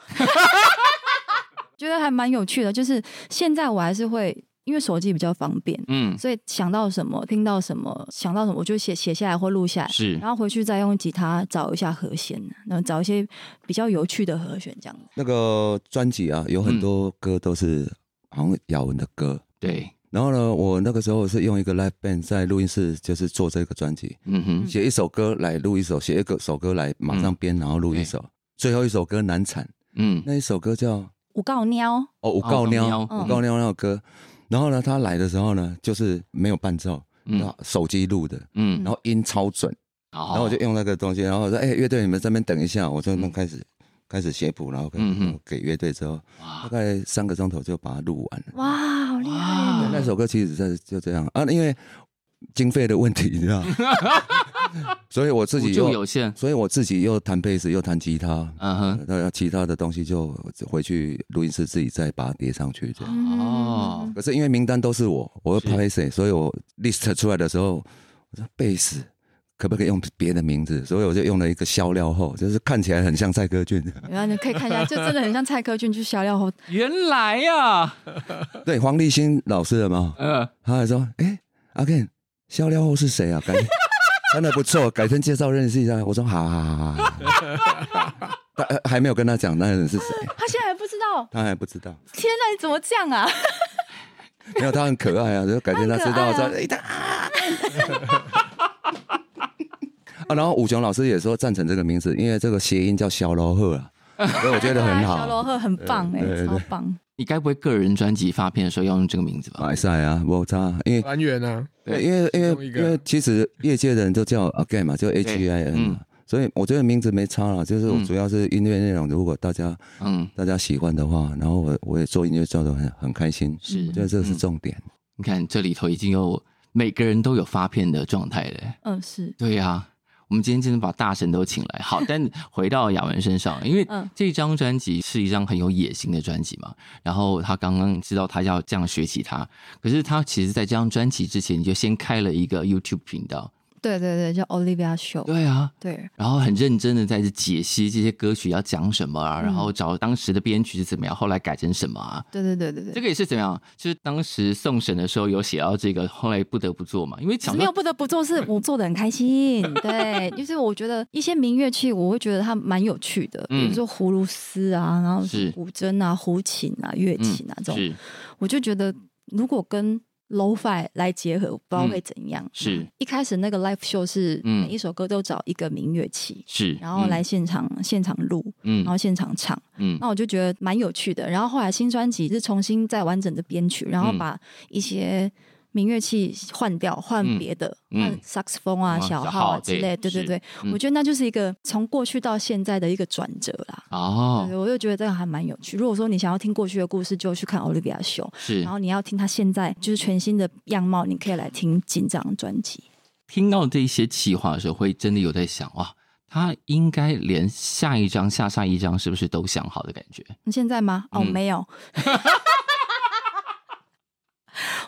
觉得还蛮有趣的。就是现在我还是会，因为手机比较方便，嗯，所以想到什么、听到什么、想到什么，我就写写下来或录下来，是然后回去再用吉他找一下和弦，然后找一些比较有趣的和弦，这样子。 那个专辑啊，有很多歌都是好像雅文的歌。对，然后呢，我那个时候是用一个 live band 在录音室，就是做这个专辑，嗯哼，写一首歌来录一首，写一个首歌来马上编，然后录一首。最后一首歌难产，嗯，那一首歌叫我告喵，哦，我告喵喵，嗯我告喵那首歌。然后呢，他来的时候呢，就是没有伴奏，嗯手机录的，嗯，哦然后音超准。然然后我就用那个东西，然后我说：“哎、乐队，你们这边等一下。”我就那开始、开始写谱，然后给、嗯啊嗯给乐队之后，大哇，概三个钟头就把它录完了。哇，好厉害哇哦！那首歌其实在就这样啊，因为经费的问题，你知道， 所以我自己补救有又，限，所以我自己又弹贝斯，又弹吉他，嗯哼，那其他的东西就回去录音室自己再把它叠上去。这样，嗯哦，可是因为名单都是我，我又是拍谁，所以我 list 出来的时候，我说贝斯。可不可以用别的名字？所以我就用了一个肖廖后，就是看起来很像蔡 歌俊。然后你可以看一下，就真的很像蔡科俊去小料后，原来啊呀，对，黄立新老师的嘛，呃，他还说：“哎、阿 Ken，肖廖后是谁啊？改真的不错，改天介绍认识一下。”我说：“好好好好。好” 他呃还没有跟他讲那人是谁，他现在还不知道。他还不知道。天哪，你怎么这样啊？没有，他很可爱啊，就改天他知他道很可说：“爱啊哎、他啊。 啊”然后武雄老师也说赞成这个名字，因为这个谐音叫肖罗赫啊，所以我觉得很啊 小罗好。赫很棒哎、对对超对棒！你该不会个人专辑发片的时候要用这个名字吧？马赛啊，我差，因为团圆啊，对因为因其中为一个因为其实业界的人都叫 again 嘛，就 H I 对 N，嗯嘛所以我觉得名字没差了。就是我嗯主要是音乐内容，如果大家嗯，大家喜欢的话，然后我我也做音乐做的很很开心，是我觉得这是重点。嗯你看这里头已经有每个人都有发片的状态了，嗯，是对呀，我们今天真的把大神都请来。 好，但回到雅文身上，因为嗯这张专辑是一张很有野心的专辑嘛。然后他刚刚知道他要这样学吉他，可是他其实在这张专辑之前，你就先开了一个 YouTube 频道。对对对，叫 Olivia Show，对啊，对然后很认真的在这解析这些歌曲要讲什么啊，嗯然后找当时的编曲是怎么样，后来改成什么啊。对对对对这对，个也是怎么样？就是当时送审的时候有写到这个，后来不得不做嘛，因为可讲到是没有不得不 做，是我做的很开心。对，就是我觉得一些民乐器，我会觉得它蛮有趣的，比嗯如说葫芦丝啊，然后是古筝啊、胡琴啊、乐器啊、这种，嗯是我就觉得如果跟 lofi 来结合，我不知道嗯会怎样。是一开始那个 live show 是嗯每一首歌都找一个民乐器，是，然后来现场、现场录，嗯，然后现场唱。嗯那我就觉得蛮有趣的。然后后来新专辑是重新再完整的编曲，然后嗯把一些民乐器换掉，换嗯别的，嗯换萨克斯风啊、啊小小号啊号之对类。对对是对，嗯我觉得那就是一个从过去到现在的一个转折啦。哦对，我就觉得这个还蛮有趣。如果说你想要听过去的故事，就去看 Olivia 秀；是然。后你要听她现在就是全新的样貌，你可以来听紧张专辑。听到这些企划的时候，会真的有在想哇，他应该连下一张、下下一张是不是都想好的感觉？你现在吗？哦，嗯没有，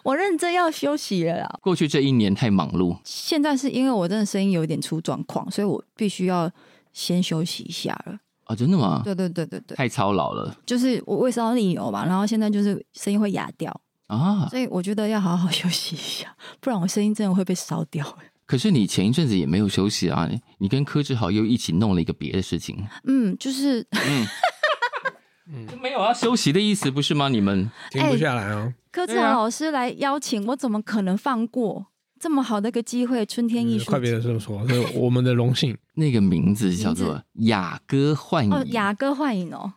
我认真要休息了啦。过去这一年太忙碌，现在是因为我真的声音有点出状况，所以我必须要先休息一下了。啊，真的吗？对对对对对，太操劳了就是我胃烧逆流嘛，然后现在就是声音会哑掉，啊！所以我觉得要好好 休息一下，不然我声音真的会被烧掉。 可是你前一阵子也没有休息啊，你跟柯志豪又一起弄了一个别的事 情，嗯，就是 嗯，就没有要休息的意思，不是吗？你们停不下来哦。柯志对啊豪老师来邀请我，怎么可能放过这么好的一个机会？春天艺嗯术快别节这么说，是我们的荣幸。那个名字叫做雅歌幻影，哦，雅歌幻影哦，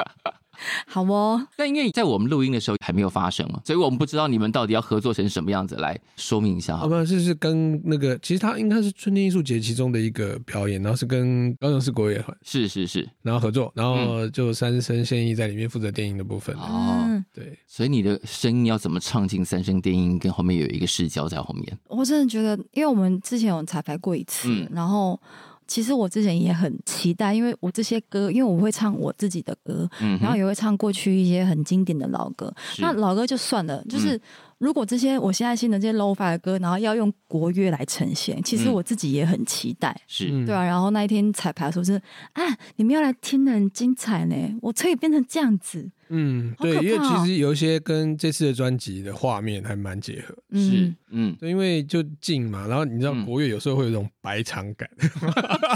好哦，但因为在我们录音的时候还没有发生嘛，所以我们不知道你们到底要合作成什么样子。来说明一下啊，好吧？不，这是跟那个，其实他应该是春天艺术节其中的一个表演，然后是跟高雄市国乐团是是是，然后合作，然后就三生现役在里面负责电影的部分。哦嗯，对，所以你的声音要怎么唱进三声电音，跟后面有一个视角在后面。我真的觉得，因为我们之前有彩排过一次，嗯然后其实我之前也很期待，因为我这些歌，因为我会唱我自己的歌，嗯哼，然后也会唱过去一些很经典的老歌。是嗯那老歌就算了，就是如果这些我现在新的这些 low-fi 的歌，然后要用国乐来呈现，其实嗯我自己也很期待。是、嗯对啊，然后那一天彩排的时候是啊，你们要来听的很精彩呢，我可以变成这样子，嗯，好对，可因为怕哦其实有一些跟这次的专辑的画面还蛮结合。是嗯，嗯，对，因为就近嘛，然后你知道嗯国乐有时候会有一种白场感，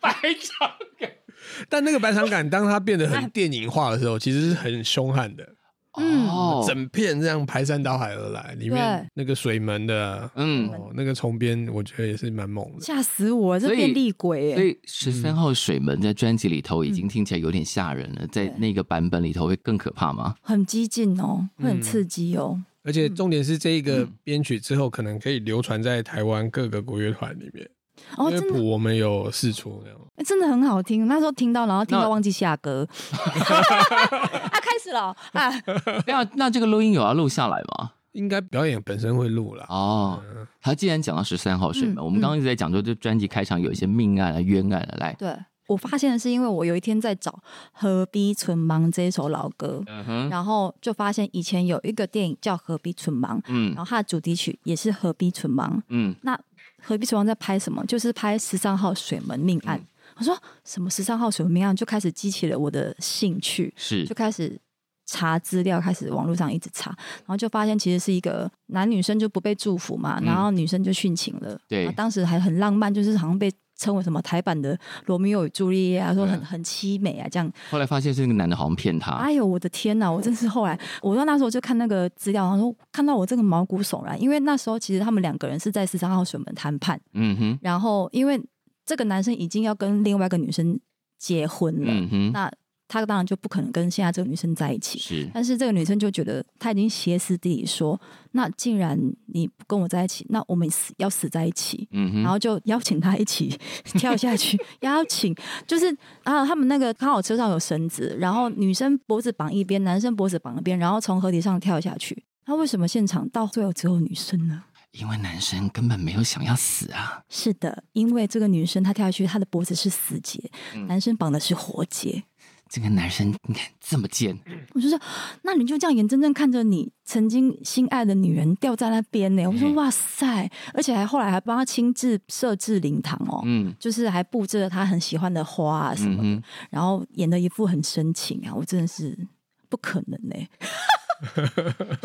白场 但那个白场感，当它变得很电影化的时候，其实是很凶悍的，嗯哦，整片这样排山倒海而来，里面对那个水门的，嗯哦，那个重编，我觉得也是蛮猛的。吓死我了，这所以变厉鬼耶嗯所以十三号水门在专辑里头已经听起来有点吓人了，在那个版本里头会更可怕 吗？很激进哦，会嗯很刺激哦。而且重点是这一个编曲之后，可能可以流传在台湾各个国乐团里面，哦，因为真的谱我们有试出那样。欸真的很好听。那时候听到，然后听那到忘记下 歌，啊，开始了啊，那那这个录音有要录下来吗？应该表演本身会录啦，哦，他既然讲到十三号水门，嗯我们刚刚一直在讲说，这专辑开场有一些命案啊、冤案啊，来，对。我发现的是，因为我有一天在找《何必存亡》这一首老歌，嗯哼，然后就发现以前有一个电影叫《何必存亡》，然嗯后它的主题曲也是《何必存亡》。嗯，那《何必存亡》在拍什么？就是拍十三号水门命案。嗯我说什么十三号水门命案，就开始激起了我的兴趣。是就开始查资料，开始网络上一直查，然后就发现其实是一个男女生就不被祝福嘛，嗯然后女生就殉情了。对然后当时还很浪漫，就是好像被称为什么台版的罗密欧与朱丽叶啊，说对啊很很凄美啊这样。后来发现这个男的好像骗他，哎呦我的天哪！我真是后来，我到那时候就看那个资料，然后说看到我这个毛骨悚然，因为那时候其实他们两个人是在十三号水门谈判，嗯哼，然后因为这个男生已经要跟另外一个女生结婚了，嗯哼，那他当然就不可能跟现在这个女生在一起。是但是这个女生就觉得她已经歇斯底里说：“那既然你不跟我在一起，那我们死要死在一起。”嗯哼，然后就邀请他一起 跳 下去，邀请就是啊，他们那个刚好车上有绳子，然后女生脖子绑一边，男生脖子绑一边，然后从河堤上跳下去。那为什么现场到最后只有女生呢？因为男生根本没有想要死啊。是的，因为这个女生她跳下去，她的脖子是死结，嗯男生绑的是活结。这个男生你看这么贱，我就说，那你就这样眼睁睁看着你曾经心爱的女人掉在那边呢？我说，嗯哇塞！而且还后来还帮她亲自设置灵堂哦，嗯就是还布置了她很喜欢的花啊 什嗯么的，哼，然后演的一副很深情啊，我真的是不可能呢、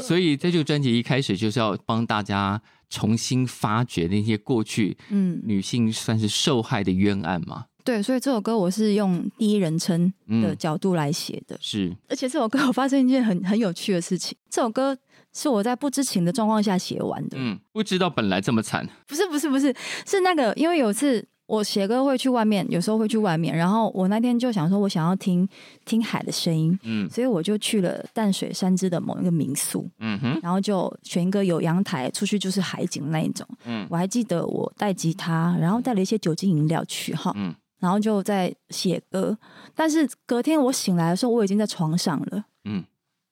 所以在这个专辑一开始就是要帮大家重新发掘那些过去嗯，女性算是受害的冤案嘛。对，所以这首歌我是用第一人称的嗯角度来写的，是，而且这首歌我 发生一件很很有趣的事情，这首歌是我在不知情的状况下写完的，嗯，不知道本来这么惨，不是不是不是，是那个，因为有一次我写歌会去外面，有时候会去外面，然后我那天就想说，我想要听听海的声音，嗯所以我就去了淡水山支的某一个民宿，嗯哼，然后就选一个有阳台，出去就是海景那一种。嗯我还记得我带吉他，然后带了一些酒精饮料去哈，嗯然后就在写歌。但是隔天我醒来的时候，我已经在床上了。嗯，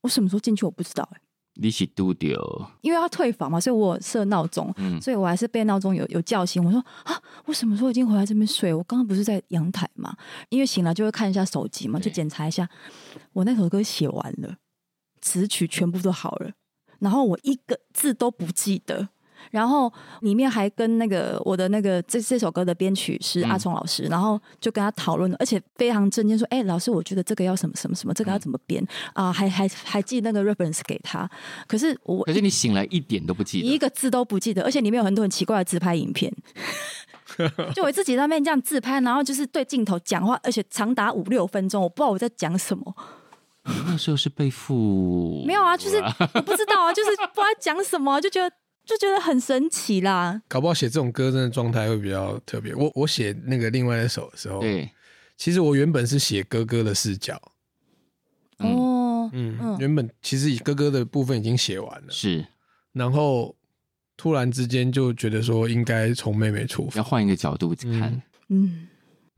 我什么时候进去我不知道、欸你是丢丢，因为要退房嘛，所以我有设闹钟，嗯所以我还是被闹钟有有叫醒。我说啊，我什么时候已经回来这边睡？我刚刚不是在阳台嘛？因为醒来就会看一下手机嘛，对就检查一下。我那首歌写完了，词曲全部都好了，然后我一个字都不记得。然后里面还跟那个我的那个这这首歌的编曲师嗯阿聪老师，然后就跟他讨论了，而且非常震惊，说：“哎、老师，我觉得这个要什么什么什么，这个嗯要怎么编啊、还还还寄那个 reference 给他，可是我可是你醒来一点都不记一得，个字都不记得，而且里面有很多很奇怪的自拍 影片。就我自己在那边这样自拍，然后就是对镜头讲话，而且长达五六分钟，我不知道我在讲 什么。你那时候是被负没有啊，就是我不知 道啊，就是不知道讲什么啊，就觉得就觉得很神奇啦。搞不好写这种歌真的状态会比较特别。我我写那个另外一首的时候，，对，其实我原本是写哥哥的视角，嗯哦，嗯，嗯原本其实以哥哥的部分已经写完了，是然后突然之间就觉得说应该从妹妹出要发，换一个角度看，嗯嗯，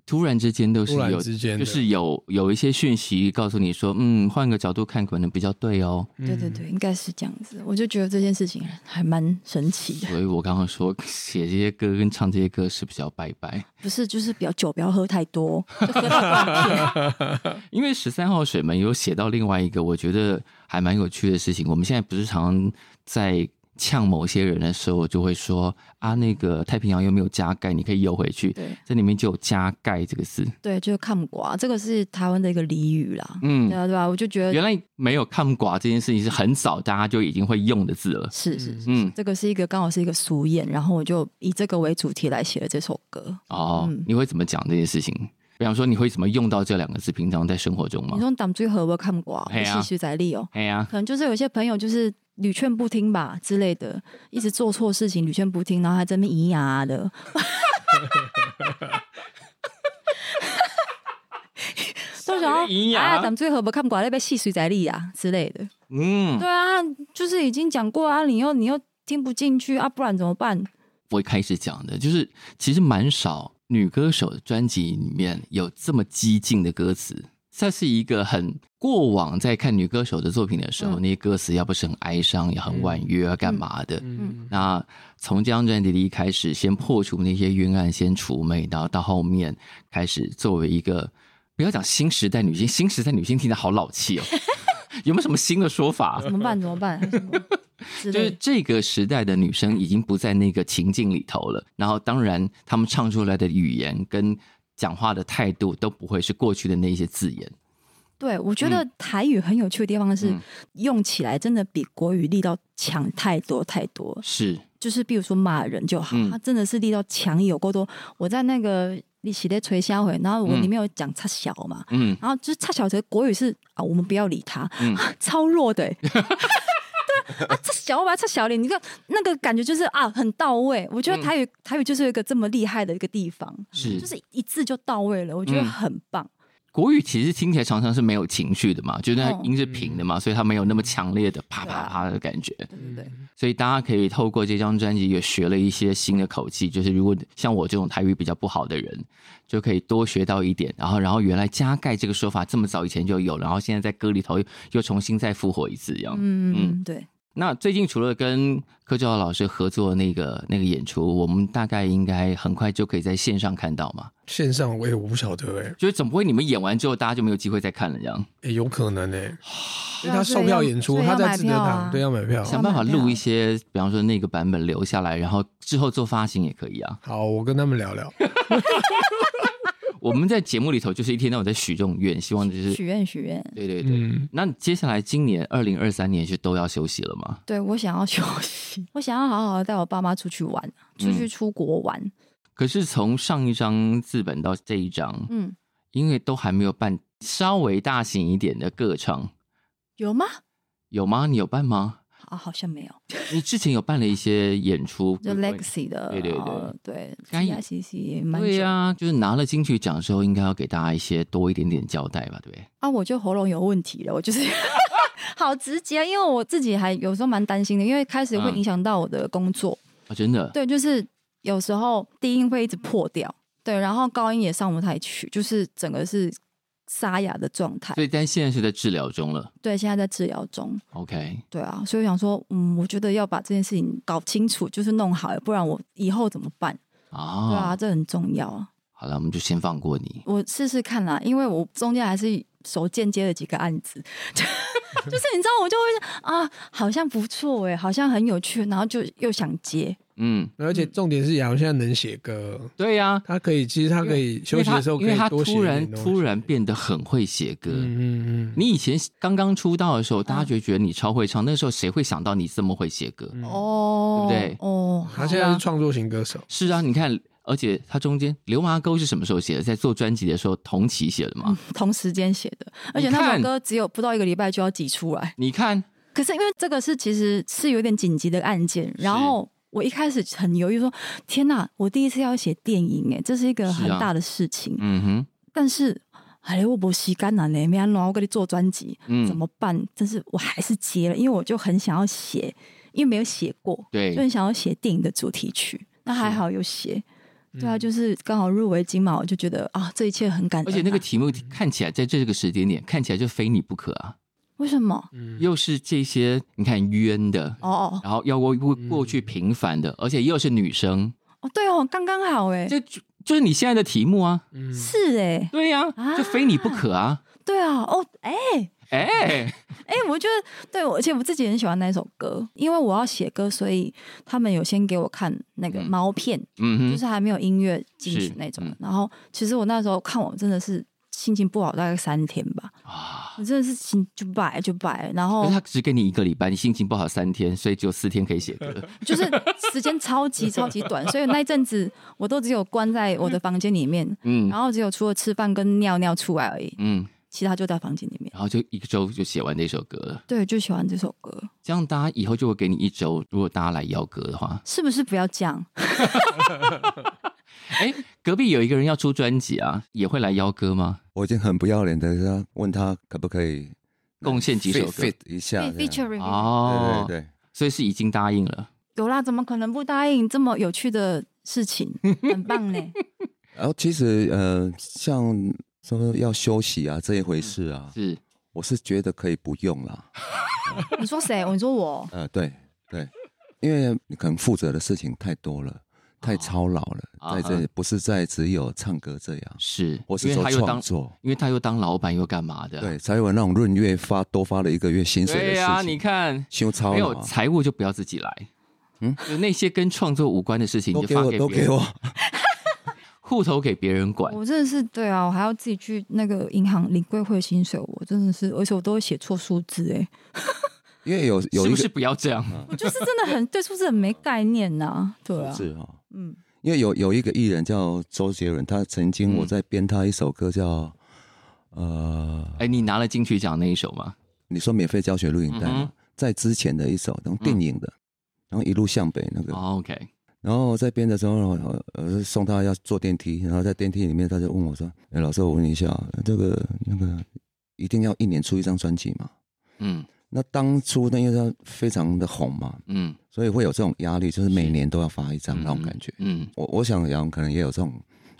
突然之间都是突然有，之间就的是有有一些讯息告诉你说，嗯，换个角度看可能比较对 哦。对对对，应该是这样子。我就觉得这件事情还蛮神奇的，所以我刚刚说写这些歌跟唱这些歌是不是要拜拜？不是就是比较酒不要喝太多，就喝 到因为十三号水门有写到另外一个我觉得还蛮有趣的事情，我们现在不是常在。呛某些人的时候，就会说啊，那个太平洋又没有加盖，你可以游回去。对这里面就有“加盖”这个字。对，就是看不寡，这个是台湾的一个俚语啦。嗯对，啊，对吧？我就觉得原来没有看寡这件事情是很早大家就已经会用的字了。是是是嗯，这个是一个刚好是一个俗谚，然后我就以这个为主题来写了这首歌。哦，嗯你会怎么讲这件事情？比方说，你会怎么用到这两个字？平常在生活中你吗？说党最和我看过啊，嘿我啊戏剧在利哦，哎呀，可能就是有些朋友就是屡劝不听吧之类的，一直做错事情，屡劝不听，然后还在那边咿呀 啊的。都想要咿呀啊，党最和我看过那边戏水在利啊之类的。嗯，对啊，就是已经讲过啊，你又你又听不进去啊，不然怎么办？我一开始讲的就是，其实蛮少女歌手的专辑里面有这么激进的歌词。这是一个很过往在看女歌手的作品的时候，嗯那些歌词要不是很哀伤，也很婉约啊，干嘛的？嗯，那从这张专辑的一开始，先破除那些冤案，先除魅，然后到后面开始作为一个，不要讲新时代女性，新时代女性听着好老气哦， 有没有什么新的说法怎？么办？怎么办？还是什 么就之类是的。这个时代的女生已经不在那个情境里头了，然后当然她们唱出来的语言跟讲话的态度都不会是过去的那些字眼，对，我觉得台语很有趣的地方是，嗯用起来真的比国语力道强太多太多。是就是比如说骂人就好，嗯它真的是力道强有够多。我在那个你洗在吹销回，然后我嗯里面有讲插小嘛，嗯，然后就是插小的国语是啊，我们不要理他，嗯啊 超弱的、欸。 对啊，啊，插小我把它插小脸，你看那个感觉就是啊，很到位。我觉得台语、台语就是有一个这么厉害的一个地方，嗯是就是一字就到位了，我觉得嗯很棒。国语其实听起来常常是没有情绪的嘛，就是它哦音是平的嘛，所以它没有那么强烈的啪啪啪的感觉。对嗯对对，所以大家可以透过这张专辑也学了一些新的口气，就是如果像我这种台语比较不好的人，就可以多学到一点。然后，然后原来加盖这个说法这么早以前就有，然后现在在歌里头又又重新再复活一次一样。嗯嗯，对。那最近除了跟柯志豪老师合作的那个那个演出，我们大概应该很快就可以在线上看到嘛？线上我也我不晓得哎、就是总不会你们演完之后，大家就没有机会再看了这样？欸有可能哎、对啊因为他售票演所出，以要所他以要在买自德票啊堂，对，要买票。想办法录一些，比方说那个版本留下来，然后之后做发行也可以啊。好，我跟他们聊聊。我们在节目里头就是一天到晚在许这种愿，希望就是许愿许愿，对对对。嗯，那接下来今年二零二三年是都要休息了吗？对 我想要休息，我想要好好的带我爸妈出去玩，出嗯去出国玩，可是从上一张字本到这一张，嗯，因为都还没有办稍微大型一点的歌唱，有吗？有吗？你有办吗？啊，好像没有，你之前有办了一些演出， 就 Legacy 的，对对对呃对该，CICC 也蛮对久呀、就是拿了金曲奖之后，应该要给大家一些多一点点交代吧，对不对？啊，我就喉咙有问题了，我就是 好直接，因为我自己还有时候蛮担心的，因为开始会嗯影响到我的工作。啊，真的，对，就是有时候低音会一直破掉，对，然后高音也上不太去，就是整个是沙哑的状态。所以但现在是在治疗中了对，现在在治疗中。 ，OK。对啊，所以我想说，嗯，我觉得要把这件事情搞清楚，就是弄好，不然我以后怎么办？对啊，啊，这很重要啊。好了，我们就先放过你。我试试看啦，因为我中间还是手间接了几个案子，就是你知道，我就会想啊，好像不错哎、好像很有趣，然后就又想接，嗯，而且重点是雅文现在能写歌，对呀、他可以，其实他可以休息的时候可因为以他因多为他写一突点然东西突然变得很会写歌。嗯嗯嗯，你以前刚刚出道的时候，大家就觉得你超会唱，那时候谁会想到你这么会写歌？嗯哦，对不对哦，他现在是创作型歌手，是啊，你看，而且他中间《流麻沟》是什么时候写的？在做专辑的时候同期写的嘛。嗯同时间写的，而且你那看首歌只有不到一个礼拜就要挤出来。你看，可是因为这个是其实是有点紧急的案件，然后我一开始很犹豫说：“天哪，我第一次要写电影，哎，这是一个是很啊大的事情。嗯哼，但是，哎，我不吸干了呢，没安我给你做专辑，嗯怎么办？但是我还是接了，因为我就很想要写，因为没有写过，就对很想要写电影的主题曲。那还好有写，对啊，嗯就是刚好入围金马，我就觉得啊，这一切很感恩啊、而且那个题目嗯看起来，在这个时间点看起来就非你不可啊！为什么？嗯又是这些你看冤的，哦哦然后要过过嗯过去平凡的，而且又是女生，哦，对哦，刚刚好哎，这就就是你现在的题目啊！嗯是哎，对呀、啊就非你不可啊！对啊，哦，哎哎、哎，我觉得对，我而且我自己很喜欢那首歌，因为我要写歌，所以他们有先给我看那个嗯毛片， 嗯就哼，是还没有音乐进去是那种。嗯然后其实我那时候看，我真的是心情不好，大概三天吧，啊。我真的是心就摆就摆，然可后是他只给你一个礼拜，你心情不好三天，所以只有四天可以写歌。 就是 时间超级超级短，所以那一阵子我都只有关在我的房间里面，嗯然后只有除了吃饭跟尿尿出来而已，嗯，其他就在房间里面。然后就一周就写完这首歌了。对，就喜欢这首歌，这样大家以后就会给你一周，如果大家来邀歌的话，是不是不要这样？哎，隔壁有一个人要出专辑啊，也会来邀歌吗？我已经很不要脸的问他可不可以贡献几首 fit- 歌 fit 一下这样 featuring 哦对，对对，所以是已经答应了。有啦，怎么可能不答应这么有趣的 事情？很棒呢！然后其实呃，像说要休息啊这一回事啊，是，啊我是觉得可以不用啦。你说谁？你说我？呃，对对，因为你可能负责的事情太多了，太操劳了，啊在哈这不是在只有唱歌这样，是，我是因为说他又创当，作，因为他又当老板又干嘛的？对，才有那种闰月发多发了一个月薪水的对事情。呀、你看修操没劳有啊，财务就不要自己来，嗯嗯，就那些跟创作无关的事情都你给就发我给都别给人，我，户头给别人管。我真的是对啊，我还要自己去那个银行领柜会的薪水，我真的是，而且我都会写错数字，哎，因为有有是不一个是不要这样？我就是真的很 对数字很没概念呐、对啊，是哈，嗯，因为有有一个艺人叫周杰伦，他曾经嗯我在编他一首歌叫呃，哎，你拿了金曲奖那一首吗？你说免费教学录影带嗯哼嗯嘛，在之前的一首，然后电影的，然后一路向北那个，哦，OK，然后在编的时候，呃呃，送他要坐电梯，然后在电梯里面他就问我说：“哎，老师，我问你一下，这个那个一定要一年出一张专辑吗？”嗯那当初呢，因为他非常的红嘛，嗯，所以会有这种压力，就是每年都要发一张那种感觉。嗯，我我想杨可能也有这种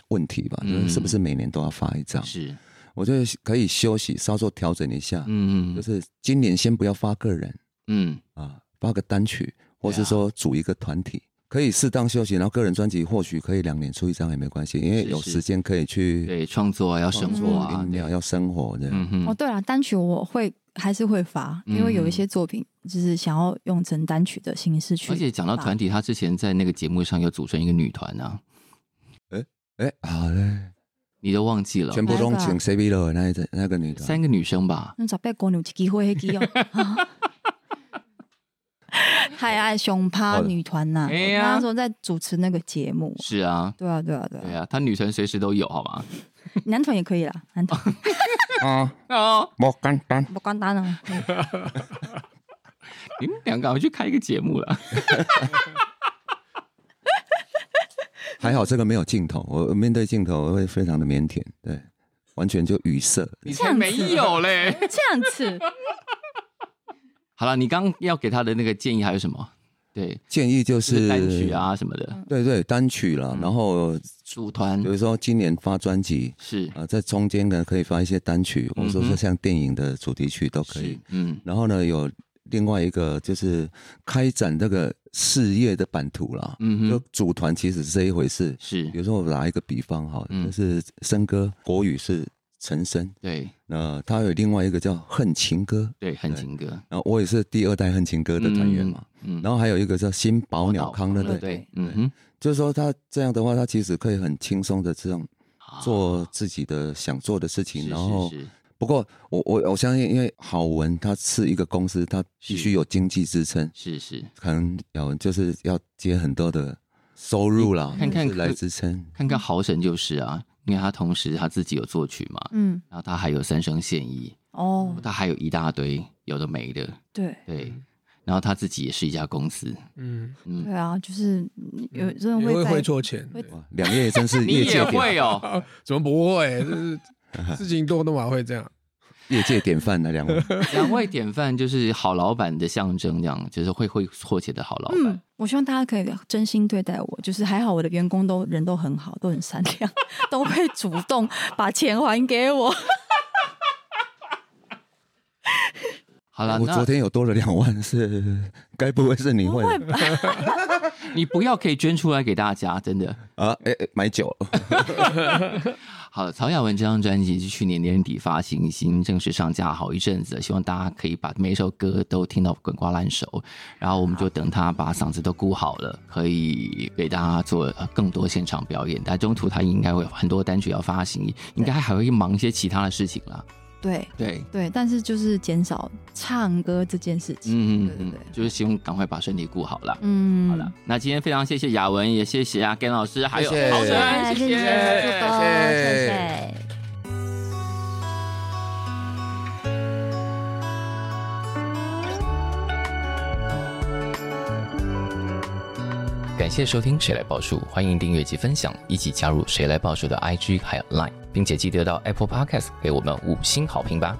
问题吧，就嗯是是不是每年都要发一张嗯？是，我觉得可以休息，稍作调整一下，嗯就嗯是今年先不要发个人嗯，啊，发个单曲，或是说组一个团体，可以适当休息，然后个人专辑或许可以两年出一张也没关系，因为是有是时间可以去对，创作啊，要生创活作啊，音对乐，要生活这样。嗯哼，哦，对了，单曲我会还是会发，因为有一些作品就是想要用成单曲的形式去。而且讲到团，体，他之前在那个节目上有组成一个女团啊，哎，好嘞，你都忘记了，全部哪一都个啊请 C B 了那一阵那个女的，三个女生吧？那找贝国牛机会机 哦，太爱熊趴女团呐、哎呀那时候在主持那个节目。是啊，对啊，对啊，对对啊，啊，她女团随时都有，好吗？男团也可以啦，男团啊，哦，莫简单，不关单啊。你们两个好像去开一个节目了，还好这个没有镜头，我面对镜头我会非常的腼腆，对，完全就语塞。你这才样子没有嘞。这样子，好了，你刚刚要给她的那个建议还有什么？对，建议就就是是单曲，啊什么的，对对，单曲啦，嗯然后组团比如说今年发专辑，是啊，在中间呢可以发一些单曲，或者说嗯哼是像电影的主题曲都可以是。，嗯，然后呢，有另外一个就是开展这个事业的版图啦。嗯哼就组团其实是这一回事。是比，如说我拿一个比方哈，嗯就是森哥国语是陈升，对那他有另外一个叫恨情歌，对，很情歌然后我也是第二代恨情歌的团员嘛。，嗯嗯然后还有一个叫新宝鸟康的，宝鸟对对康，对嗯哼，就是说他这样的话，他其实可以很轻松的这样啊做自己的想做的事情，是然后是是不过我我我相信，因为好文它是一个公司，它必是须有经济支撑，是是，可能有就是要接很多的收入啦，看看就是来可支撑。看看豪神就是啊，因为他同时他自己有作曲嘛，嗯，然后他还有三生现役，哦，他还有一大堆有的没的，对，对。嗯然后他自己也是一家公 司，嗯，对啊，就是有真的也会会在会错钱，会对哇，两夜 真是业界典哦？ 怎么不会？就是事情多，那么会这样？业界典范啊的两位， 两位典范就是好老板的象征，这样就是会会错钱的好老板嗯。，我希望大家可以真心对待我，就是还好我的员工都人都很好，都很善良， 都会主动把钱还给我。好了，我那昨天有多了两万，是该不会是你会的你不要可以捐出来给大家，真的。啊？哎、哎买酒，好了，曹雅文这张专辑是去年年底发行，已经正式上架好一阵子了。希望大家可以把每一首歌都听到滚瓜烂熟，然后我们就等他把嗓子都顾好了，可以给大家做呃更多现场表演。但中途他应该会有很多单曲要发行，应该还会忙一些其他的事情啦。对对，对，但是就是减少唱歌这件事情。嗯嗯对对嗯对，，就是希望赶快把身体顾好了。嗯，好了，，那今天非常谢谢雅文，也谢谢啊 Gan 老师，还有谢谢豪神，谢谢谢谢。祝福，谢谢。感谢收听《谁来报数》，欢迎订阅及分享，一起加入《谁来报数》的 IG 还有 Line，并且记得到 Apple Podcast 给我们五星好评吧。